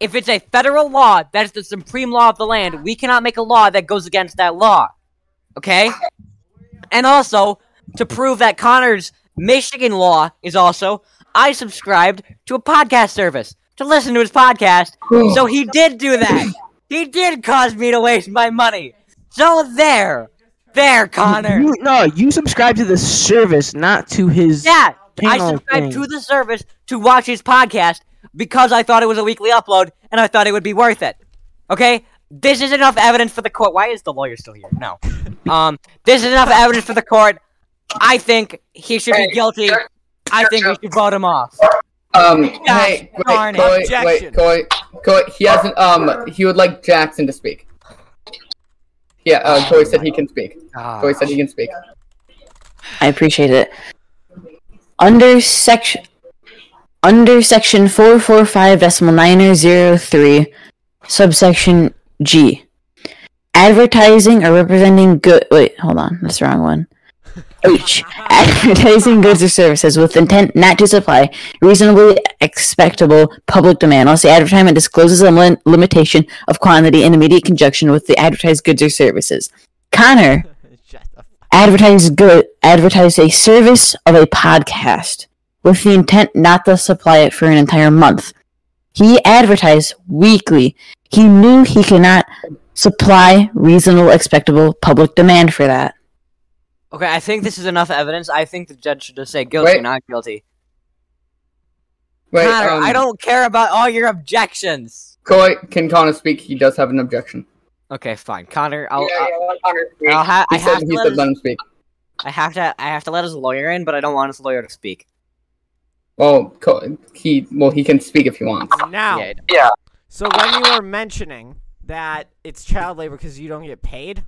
If it's a federal law, that's the supreme law of the land. We cannot make a law that goes against that law. Okay? And also, to prove that Connor's Michigan law is also, I subscribed to a podcast service to listen to his podcast. so he did do that. He did cause me to waste my money. So there. There, Connor. You, no, you subscribe to the service, not to his. Yeah, I channel subscribed thing. to the service to watch his podcast because I thought it was a weekly upload and I thought it would be worth it. Okay, this is enough evidence for the court. Why is the lawyer still here? No, um, this is enough evidence for the court. I think he should be guilty. I think we should vote him off. Um, Gosh hey, darn it. wait, Coy, Objection. wait, Coy, Coy, he hasn't, um, he would like Jackson to speak. Yeah, uh, Coy said he can speak. Coy said he can speak. I appreciate it. Under section under section four four five decimal nine oh zero three, subsection G. Advertising or representing good wait, hold on, that's the wrong one. H. Advertising goods or services with intent not to supply reasonably expectable public demand unless the advertisement discloses a lim- limitation of quantity in immediate conjunction with the advertised goods or services. Connor Shut the fuck. advertise good advertise a service of a podcast with the intent not to supply it for an entire month. He advertised weekly. He knew he could not supply reasonable expectable public demand for that. Okay, I think this is enough evidence. I think the judge should just say guilty, Wait. not guilty. Wait, Connor, um, I don't care about all your objections. Coy, can Connor speak? He does have an objection. Okay, fine, Connor. I'll, Connor speak. I'll, I'll ha- I He have said, to he let said his, let him speak. I have to I have to let his lawyer in, but I don't want his lawyer to speak. Well, Coy, he, well, he can speak if he wants. Now, Yeah, so when you were mentioning that it's child labor because you don't get paid,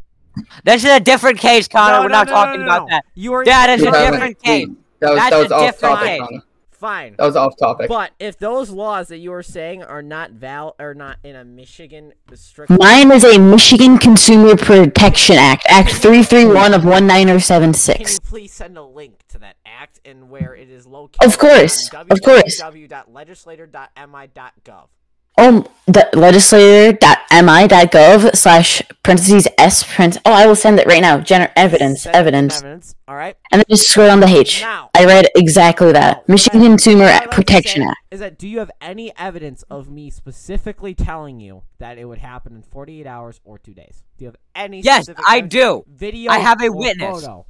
This is a different case, Connor. No, Uh, We're no, not no, talking no, no, about no. that. You are That is You a haven't- different case. That was, That's that was a off different topic, case. Connor. fine. That was off topic. But if those laws that you are saying are not val are not in a Michigan strict Mine is a Michigan Consumer Protection Act, Act 331 of Can you 19076. please send a link to that act and where it is located? Of course, on of course. www.legislator.mi.gov. Oh, the legislator.mi.gov slash parentheses s print. Oh, I will send it right now. Gener- evidence, Send evidence. Evidence. All right. And then just scroll down the H. I Now. read exactly Now, that. what Michigan I- Consumer what I'd Oh, like to Protection say Act. Is that do you have any evidence of me specifically telling you that it would happen in 48 hours or two days? Do you have any? Yes, specific I evidence? do. Video. I have a or witness. Photo.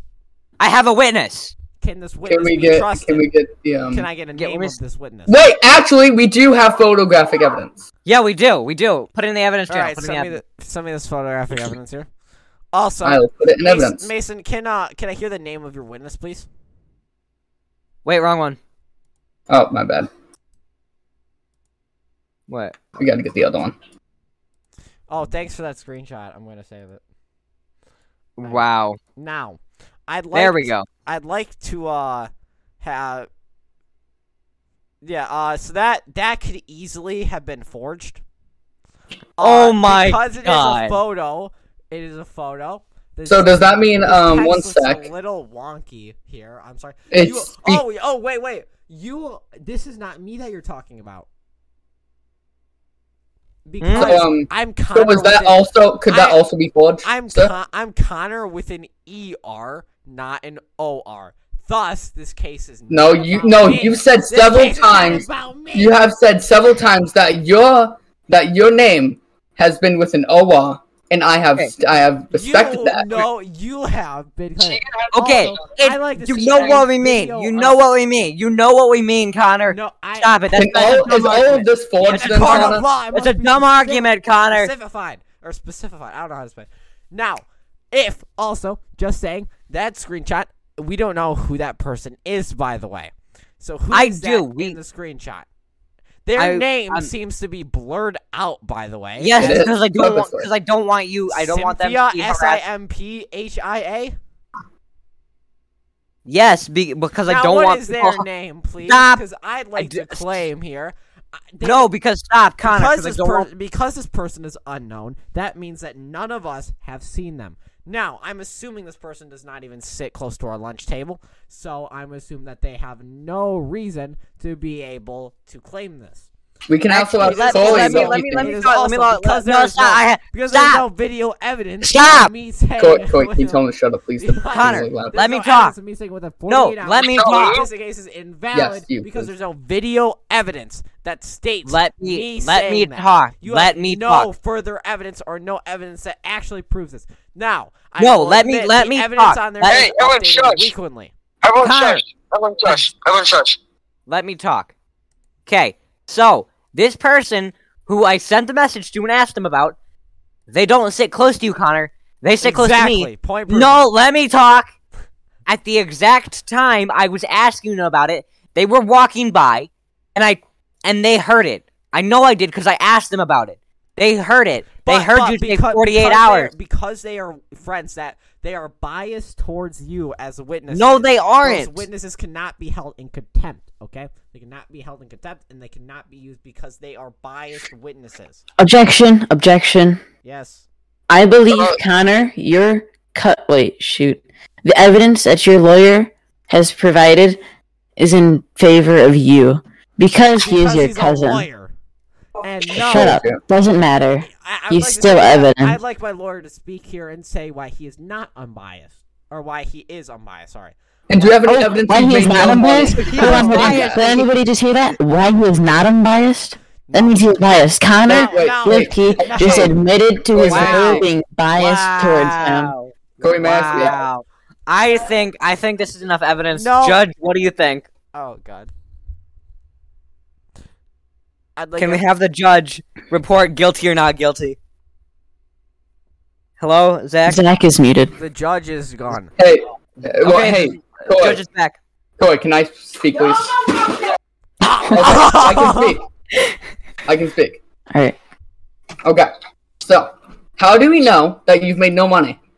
I have a witness. Can this witness Can we be get? trusted? Can we get the? Um... Can I get a Get name witness- of this witness? Wait, actually, we do have photographic evidence. Yeah, we do. We do. Put in the evidence. All Jalen, right, put in send the me, evidence. the, send me this photographic evidence here. Also, I'll put it in Mason, evidence. Mason, can uh, can I hear the name of your witness, please? Wait, wrong one. Oh, my bad. What? We got to get the other one. Oh, thanks for that screenshot. I'm gonna save it Wow. now. I'd like There we go. I'd like to uh have yeah uh so that that could easily have been forged. Uh, Oh my because it is a God. photo. It is a photo. This- So does that mean? this Um, text one looks sec. A little wonky here. I'm sorry. You, It's oh oh wait wait you this is not me that you're talking about. Because um. I'm Connor. So was that with an- also? Could that I- also be forged? I'm sir? Con- I'm Connor with an ER, not an OR. Thus, this case is No, not you about no, me. you've said This several case is not times. about me. You have said several times that your that your name has been with an OWA, and I have Okay. I have You respected that. know you have been. Okay. Also, it- I like to you see know that what we mean. video You of- know what we mean. You know what we mean, Connor. No, I. Stop it. That's, Can that's all, a is dumb all of argument. this forged It's then, a court of Connor? law. I It's must a be dumb specific- argument, Connor. Specified or specified. I don't know how to spell. it. Now, if also just saying that screenshot, we don't know who that person is, by the way. So who I is that do, we- in the screenshot? Their I- name I'm- seems to be blurred out, by the way. Yes, It is. because I don't want Purposely. because I don't want you. I don't want them to be S I harassed. M P H I A. Yes, be, because I Now, don't what want is people. their name, please? Stop. Because I'd like do- to claim here. I- they- No, because stop, Connor. because Because I this, don't per- want, because this person is unknown, that means that none of us have seen them. Now, I'm assuming this person does not even sit close to our lunch table, so I'm assuming that they have no reason to be able to claim this. We can also have Actually, let- Foley let me- though, let if me- you let think. me- It is stop, also let- because no, there is stop, I ha- because there's stop. no video evidence. Stop. Of me saying Coy, Coy, can you tell him to shut up, please? The Connor, really loud. let There's me no talk. evidence of me saying with a 48 hours let me notice talk. This case is invalid Yes, you, because please. there's no video evidence that states. Let me- let me saying that. talk. You Let have me no talk. further evidence or no evidence that actually proves this. Now, I No, will let me- admit let the me evidence talk. on there Let- is Hey, everyone updated shush. frequently. Everyone Connor. shush. Everyone shush. Everyone shush. Let me talk. Okay, so this person who I sent the message to and asked them about, they don't sit close to you, Connor. They sit close to exactly. me. Point proven. No, let me talk. At the exact time I was asking them about it, they were walking by, and I and they heard it. I know I did because I asked them about it. They heard it. But, they heard but you say because- forty-eight because they are- hours. because they are friends that they are biased towards you as a witness. No, they Those aren't. witnesses cannot be held in contempt. Okay, they cannot be held in contempt, and they cannot be used because they are biased witnesses. Objection, objection. Yes. I believe, Connor, your cut. Wait, shoot. The evidence that your lawyer has provided is in favor of you because he is Because your he's A cousin. lawyer. And no, Shut up. Doesn't matter. I, I would He's like to still say that- evidence. I'd like my lawyer to speak here and say why he is not unbiased, or why he is unbiased. Sorry. And do you have any Oh, evidence? why you've he is made not no money? unbiased? Hold on, hold on. biased. Did anybody just hear that? Why he is not unbiased? That means he's biased. Connor No, no. Lipke No. just admitted to his Wow. lawyer being biased towards him. Wow. Coy, may I ask you- Wow. I think I think this is enough evidence. No. Judge, what do you think? Oh God. I'd like Can we to- have the judge report guilty or not guilty? Hello, Zach. Zach is muted. the judge is gone. Hey, uh, well, Okay, hey, the Coy, judge is back. Coy, can I speak, please? Okay, I can speak. I can speak. All right. Okay. So, how do we know that you've made no money?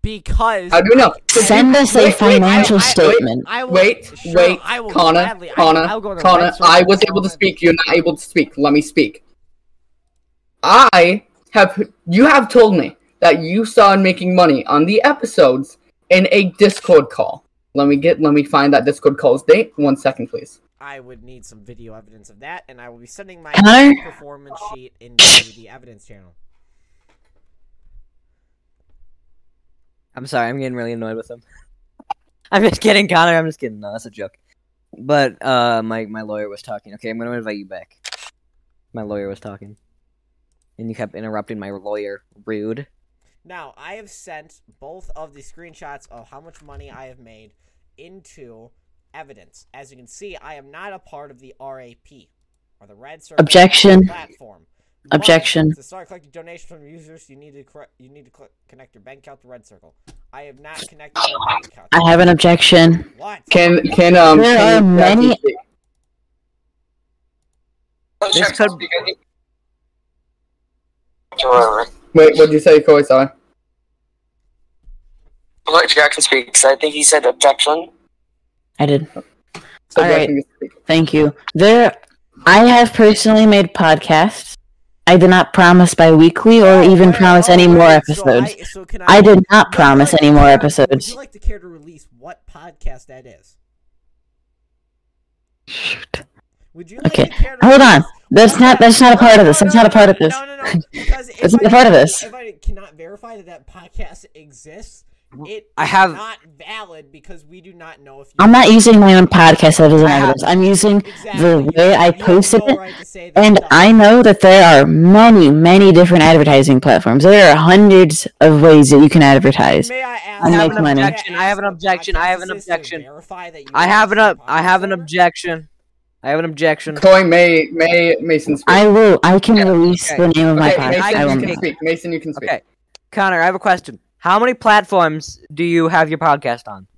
Because How do we know? So Send you- us a wait, wait, financial I- I- statement. I will, Wait, sure, wait, I will Connor, gladly, Connor, I, I'll go to Connor, Rexford I and was tell able to them- speak. You're not able to speak. Let me speak. I have. You have told me that you started making money on the episodes in a Discord call. Let me get. Let me find that Discord call's date. One second, please. I would need some video evidence of that, and I will be sending my Connor? performance sheet into the evidence channel. I'm sorry, I'm getting really annoyed with him. I'm just kidding, Connor. I'm just kidding. No, that's a joke. But uh, my my lawyer was talking. Okay, I'm gonna invite you back. My lawyer was talking, and you kept interrupting my lawyer. Rude. Now, I have sent both of the screenshots of how much money I have made into evidence. As you can see, I am not a part of the RAP or the Red Circle Objection. platform. Objection. But To start collecting donations from users, you need to correct, you need to cl- connect your bank account to Red Circle. I have not connected my bank account. I have an objection. What? Can can um? There can are you actually many- see- This could Wait, what did you say, Koi? Sorry. Let Jackson speak 'cause I think he said objection. I did. So All right. Jackson, you speak. Thank you. There, I have personally made podcasts. I did not promise bi-weekly or even Alright, promise any alright, more Oh, so episodes. I, so can I, I did not promise Would you any more like to care- Would episodes. you like to care to release what podcast that is? Shoot. Would you like Okay, to care to hold on. release That's what not- pod- that's not a part of this. No, That's no, not a no, part of this. No, no, no. Because if That's not I a part of can't- this. If I cannot verify that that podcast exists, it I is have- not valid because we do not know if you. I'm not using my own podcast as an I have- evidence. I'm using exactly. the way I posted it, it, and I know that there are many, many different advertising platforms. There are hundreds of ways that you can advertise. May I ask? I may make money. objection, I have an ask the objection, I podcast have an assist to objection. verify that you I are have an actually a ob- I have an podcast owner? objection. I have an objection. Koi may may Mason speak. I will. I can release okay. the name of my okay, podcast. Mason, I will you not. can speak. Mason, you can speak. Okay, Connor, I have a question. How many platforms do you have your podcast on?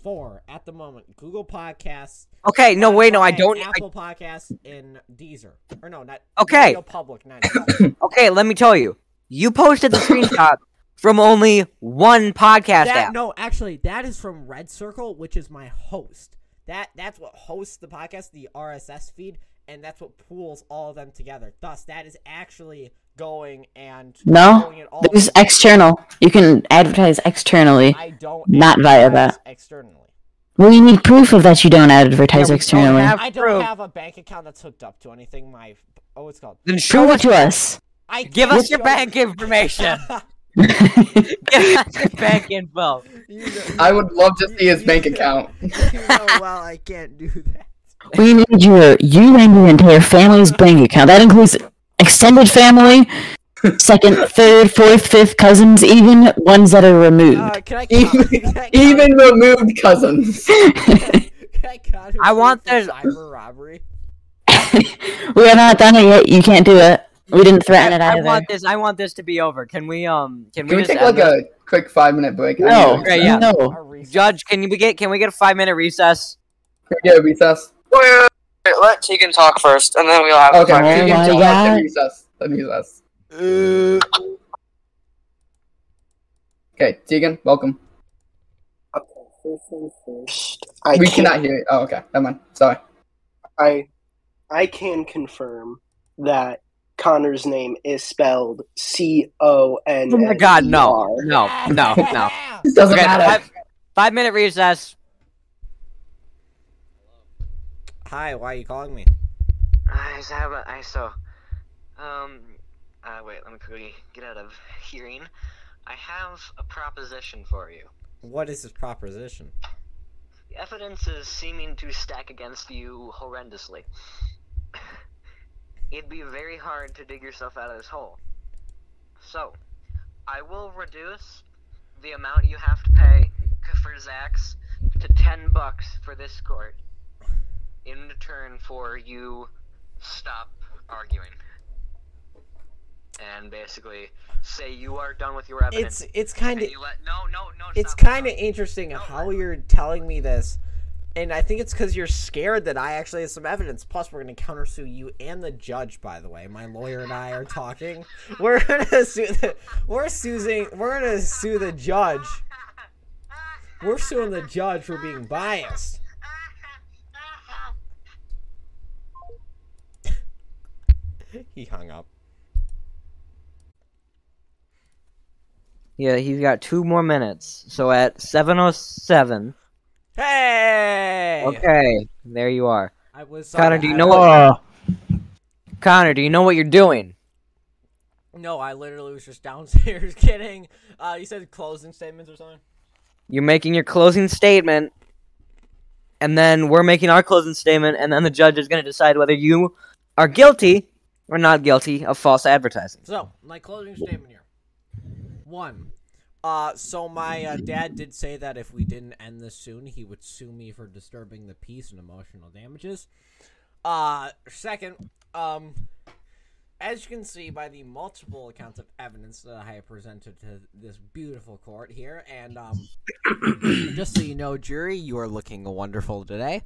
Four at the moment: Google Podcasts. Okay, no, wait, no, I Spotify, don't. I, Apple Podcasts and Deezer, or no, not Okay. Radio Public, not Deezer. okay, let me tell you. You posted the screenshot from only one podcast that, app. no, actually, that is from Red Circle, which is my host. That that's what hosts the podcast, the RSS feed, and that's what pools all of them together. Thus, that is actually going and No, pulling it all There's together. external. You can advertise externally. I don't not via advertise externally. Well, you need proof of that you don't advertise Yeah, we don't externally. have- I don't proof. have a bank account that's hooked up to anything. My oh, it's called. Then show Prove it us. to us. I Give can't us your show- bank information. Give us your bank info. You know- I would love to see his you- bank account. you know well I can't do that. we need your you and your entire family's bank account. That includes extended family, second, third, fourth, fifth cousins, even ones that are removed. Uh, can I Even- can I- Even removed cousins. can I, counter I you want for there's- cyber robbery. we have not done it yet. You can't do it. We didn't threaten I, it I either. want this. I want this to be over. Can we um? Can we, Can we just take end like this? a quick five minute break? I no, need a Okay, recess. yeah. no. Our research. Judge, can you we get? Can we get a five minute recess? Can we get a recess? Wait, wait, wait, let Tegan talk first, and then we'll have. Okay, Oh we my can God. Then recess. Then recess. Okay, Tegan, welcome. Okay, first things first. we I can, cannot hear you. Oh, okay. Never mind. Sorry. I, I can confirm that Connor's name is spelled C O N. E Oh my God, no, no, no, no. This doesn't Okay, matter. five, five minute recess. Hi, why are you calling me? I just have a. I so. Um. Uh, wait, let me quickly get out of hearing. I have a proposition for you. What is this proposition? The evidence is seeming to stack against you horrendously. It'd be very hard to dig yourself out of this hole. So, I will reduce the amount you have to pay c- for Zax to 10 bucks for this court in return for you stop arguing. And basically say you are done with your evidence. It's it's kind and of you let, no, no, no. it's stop, kind of stop. interesting how you're telling me this, and I think it's because you're scared that I actually have some evidence. Plus, we're gonna countersue you and the judge. By the way, my lawyer and I are talking. We're gonna sue. The, we're suing. We're gonna sue the judge. We're suing the judge for being biased. He hung up. Yeah, he's got two more minutes. So at seven oh seven. Hey. Okay, there you are. I was. sorry, Connor, do you I- know what? Connor, do you know what you're doing? No, I literally was just downstairs. Kidding. Uh, you said closing statements or something. You're making your closing statement, and then we're making our closing statement, and then the judge is going to decide whether you are guilty or not guilty of false advertising. So, my closing statement here. One. Uh, so my uh, dad did say that if we didn't end this soon, he would sue me for disturbing the peace and emotional damages. Uh, second, um, as you can see by the multiple accounts of evidence that I have presented to this beautiful court here, and um, just so you know, jury, you are looking wonderful today.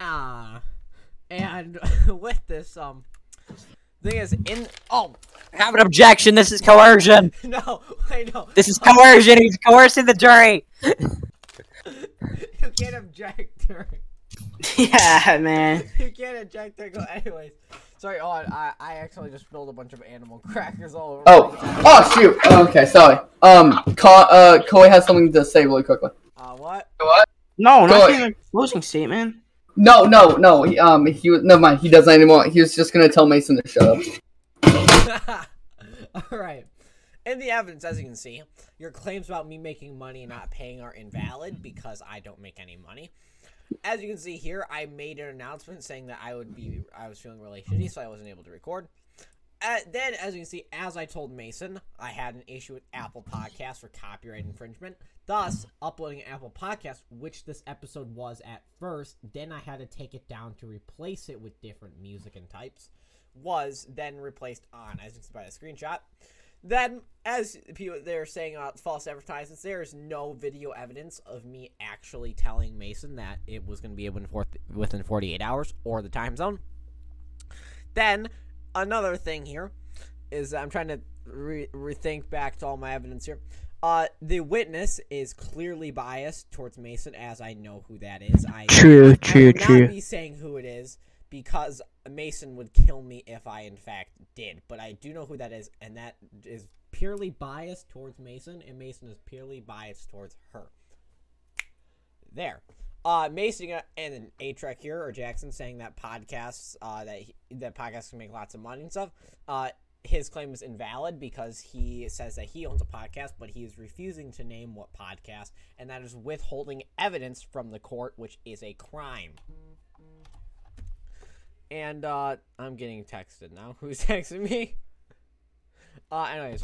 Uh, and with this, um, thing is in oh I have an objection. This is coercion. no, I know. This is coercion. He's coercing the jury. you can't object during. yeah, man. You can't object during. Anyways, sorry. Oh, I I accidentally just spilled a bunch of animal crackers all over. Oh, oh shoot. Okay, sorry. Um, Ka- uh, Koi has something to say really quickly. Uh, what? What? No, Go not even a closing statement. No, no, no. He, um, he was never mind. He doesn't anymore. He was just gonna tell Mason to shut up. all right. In the evidence, as you can see, your claims about me making money and not paying are invalid because I don't make any money. As you can see here, I made an announcement saying that I would be I was feeling really shitty, so I wasn't able to record. Uh, then, as you can see, as I told Mason, I had an issue with Apple Podcasts for copyright infringement. Thus, uploading an Apple Podcast, which this episode was at first, then I had to take it down to replace it with different music and types, was then replaced on, as you can see by the screenshot. Then, as people they're saying about false advertisements, there is no video evidence of me actually telling Mason that it was going to be able to forth- within 48 hours or the time zone. Then another thing here is I'm trying to re- rethink back to all my evidence here. Uh, the witness is clearly biased towards Mason, as I know who that is. I True, I true, would true. not be saying who it is because Mason would kill me if I in fact did. But I do know who that is, and that is purely biased towards Mason, and Mason is purely biased towards her. There. Uh, Mason uh, and an A Trek here or Jackson saying that podcasts uh, that he, that podcasts can make lots of money and stuff. Uh, his claim is invalid because he says that he owns a podcast, but he is refusing to name what podcast, and that is withholding evidence from the court, which is a crime. And uh, I'm getting texted now. Who's texting me? Uh, anyways,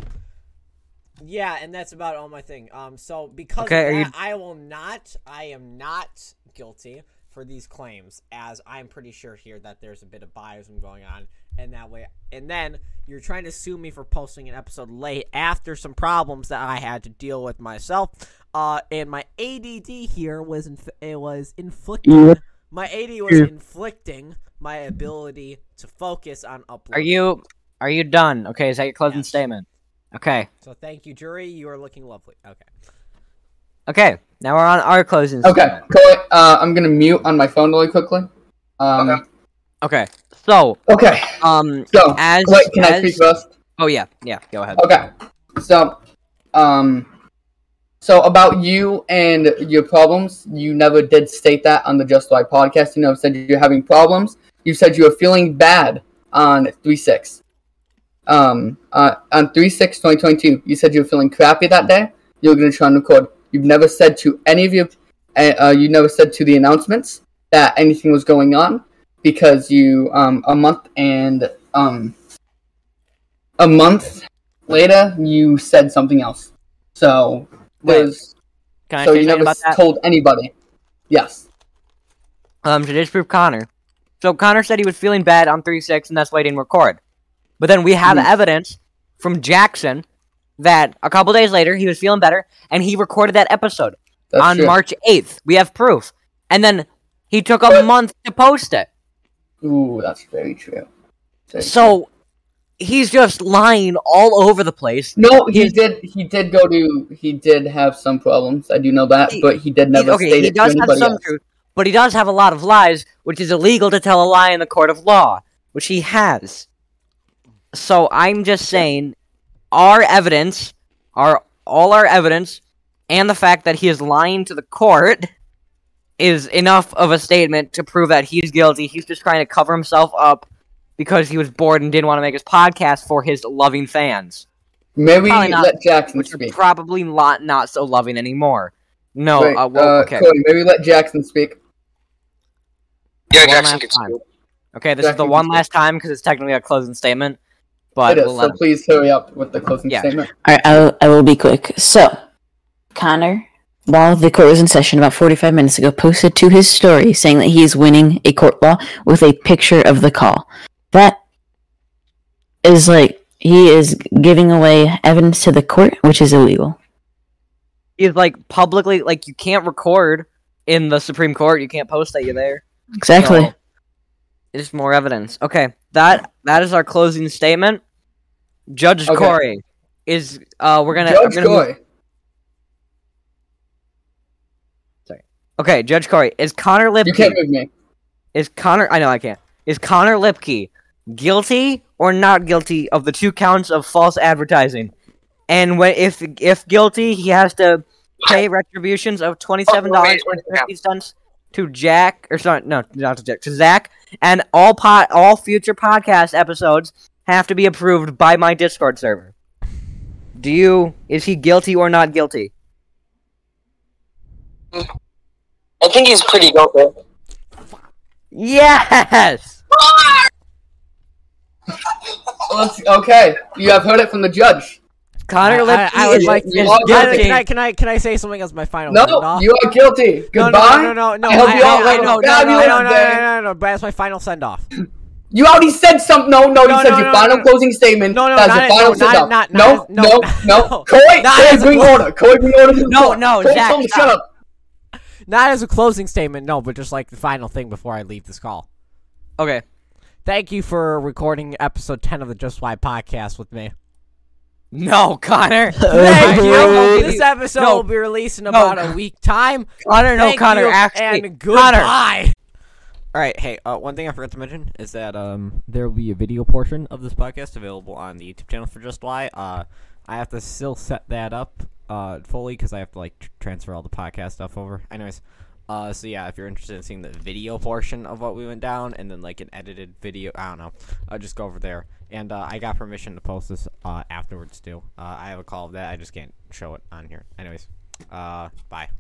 yeah, and that's about all my thing. Um, so because of Okay, are you- that, I will not, I am not guilty for these claims, as I'm pretty sure here that there's a bit of biasism going on, and that way, and then you're trying to sue me for posting an episode late after some problems that I had to deal with myself. Uh, and my ADD here was inf- it was inflicting Mm-hmm. my AD was inflicting my ability to focus on uploading. Are you are you done? Okay, is that your closing Yes. statement? Okay. So thank you, jury. You are looking lovely. Okay. Okay. Now we're on our closing Okay, statement. Koi. Uh, I'm gonna mute on my phone really quickly. Um, okay. Okay. So, Okay. um So, as wait, can I as, speak first? Oh yeah. Yeah, go ahead. Okay. So, um, so about you and your problems, you never did state that on the Just Why podcast. You never said you're having problems. You said you were feeling bad on three six. Um, uh, on three six 2022, you said you were feeling crappy that day. You were gonna try and record. You've never said to any of your, uh, uh, you never said to the announcements that anything was going on because you um a month and um a month later you said something else. So Wait, there's Can I so say you something never about that? told anybody. Yes. um to disprove Connor. So Connor said he was feeling bad on 3-6 and that's why he didn't record. But then we Hmm. have evidence from Jackson that a couple days later he was feeling better and he recorded that episode That's on true. March 8th. We have proof. And then he took a But- month to post it. Ooh, that's very true. Very true. So he's just lying all over the place. no, he he's- did. He did go to. He did have some problems. I do know that, He- but he did He- never okay, state he it to does have anybody some else. truth, but he does have a lot of lies, which is illegal to tell a lie in the court of law, which he has. So I'm just saying, our evidence, our all our evidence, and the fact that he is lying to the court is enough of a statement to prove that he's guilty. He's just trying to cover himself up because he was bored and didn't want to make his podcast for his loving fans. Maybe Probably not, let Jackson which are speak. probably not not so loving anymore. No, Wait, uh, well, uh, okay. Cody, maybe let Jackson speak. Yeah, One Jackson last can time. speak. Okay, this is the Jackson one can last time because it's technically a closing statement. But It is, we'll let so him- please hurry up with the closing um, Yeah. statement. All right, I'll, I will be quick. So, Connor, while the court was in session about 45 minutes ago, posted to his story saying that he is winning a court law with a picture of the call. That is like he is giving away evidence to the court, which is illegal. he's like publicly like you can't record in the Supreme Court. You can't post that you're there. Exactly. So, it's more evidence. Okay, that that is our closing statement. Judge Okay. Corey is. Uh, we're gonna. I'm Judge gonna move- Goy. okay, Judge Corey is Connor You Lipke. can't move me. Is Connor? I know I can't. Is Connor Lipke guilty or not guilty of the two counts of false advertising? And when if if guilty, he has to pay retributions of twenty seven dollars and fifty cents to Jack or sorry, no, not to Jack, to Zach, and all pot all future podcast episodes have to be approved by my Discord server. Do you is he guilty or not guilty? I think he's pretty guilty. Yes. Let's, okay, you have heard it from the judge. Connor I- I- Lipke I would is, like to- is I would Can I, guilty. can I can I can I say something as my final? No, send-off? you are guilty. Oh, No, Goodbye. No, no, no, no, no. I hope I, you all I, have I, a no, no, no, no, fabulous no, no, no, day. no, no, But that's my final send off. You already said something. No, no, you No, said no, your no, final no. closing statement. No, no, That's not your it- final no, not sit-down. it- not- no, not it- no, no, no, no. Coy, Not Coy, as a bring close- order. Coy, bring order. to the No, court. no, Coy, Zach, someone stop. shut up. Not as a closing statement, no, but just like the final thing before I leave this call. Okay. Thank you for recording episode ten of the Just Why podcast with me. No, Connor. Thank you. you. This episode No. will be released in about a week time. Connor, no, Thank Connor, you, actually, and Connor. goodbye. All right, hey, uh, one thing I forgot to mention is that um, there will be a video portion of this podcast available on the YouTube channel for Just Why. Uh, I have to still set that up uh, fully because I have to like tr- transfer all the podcast stuff over. Anyways, uh, so yeah, if you're interested in seeing the video portion of what we went down and then like an edited video, I don't know, uh, just go over there. And uh, I got permission to post this uh, afterwards too. Uh, I have a call of that. I just can't show it on here. Anyways, uh, bye.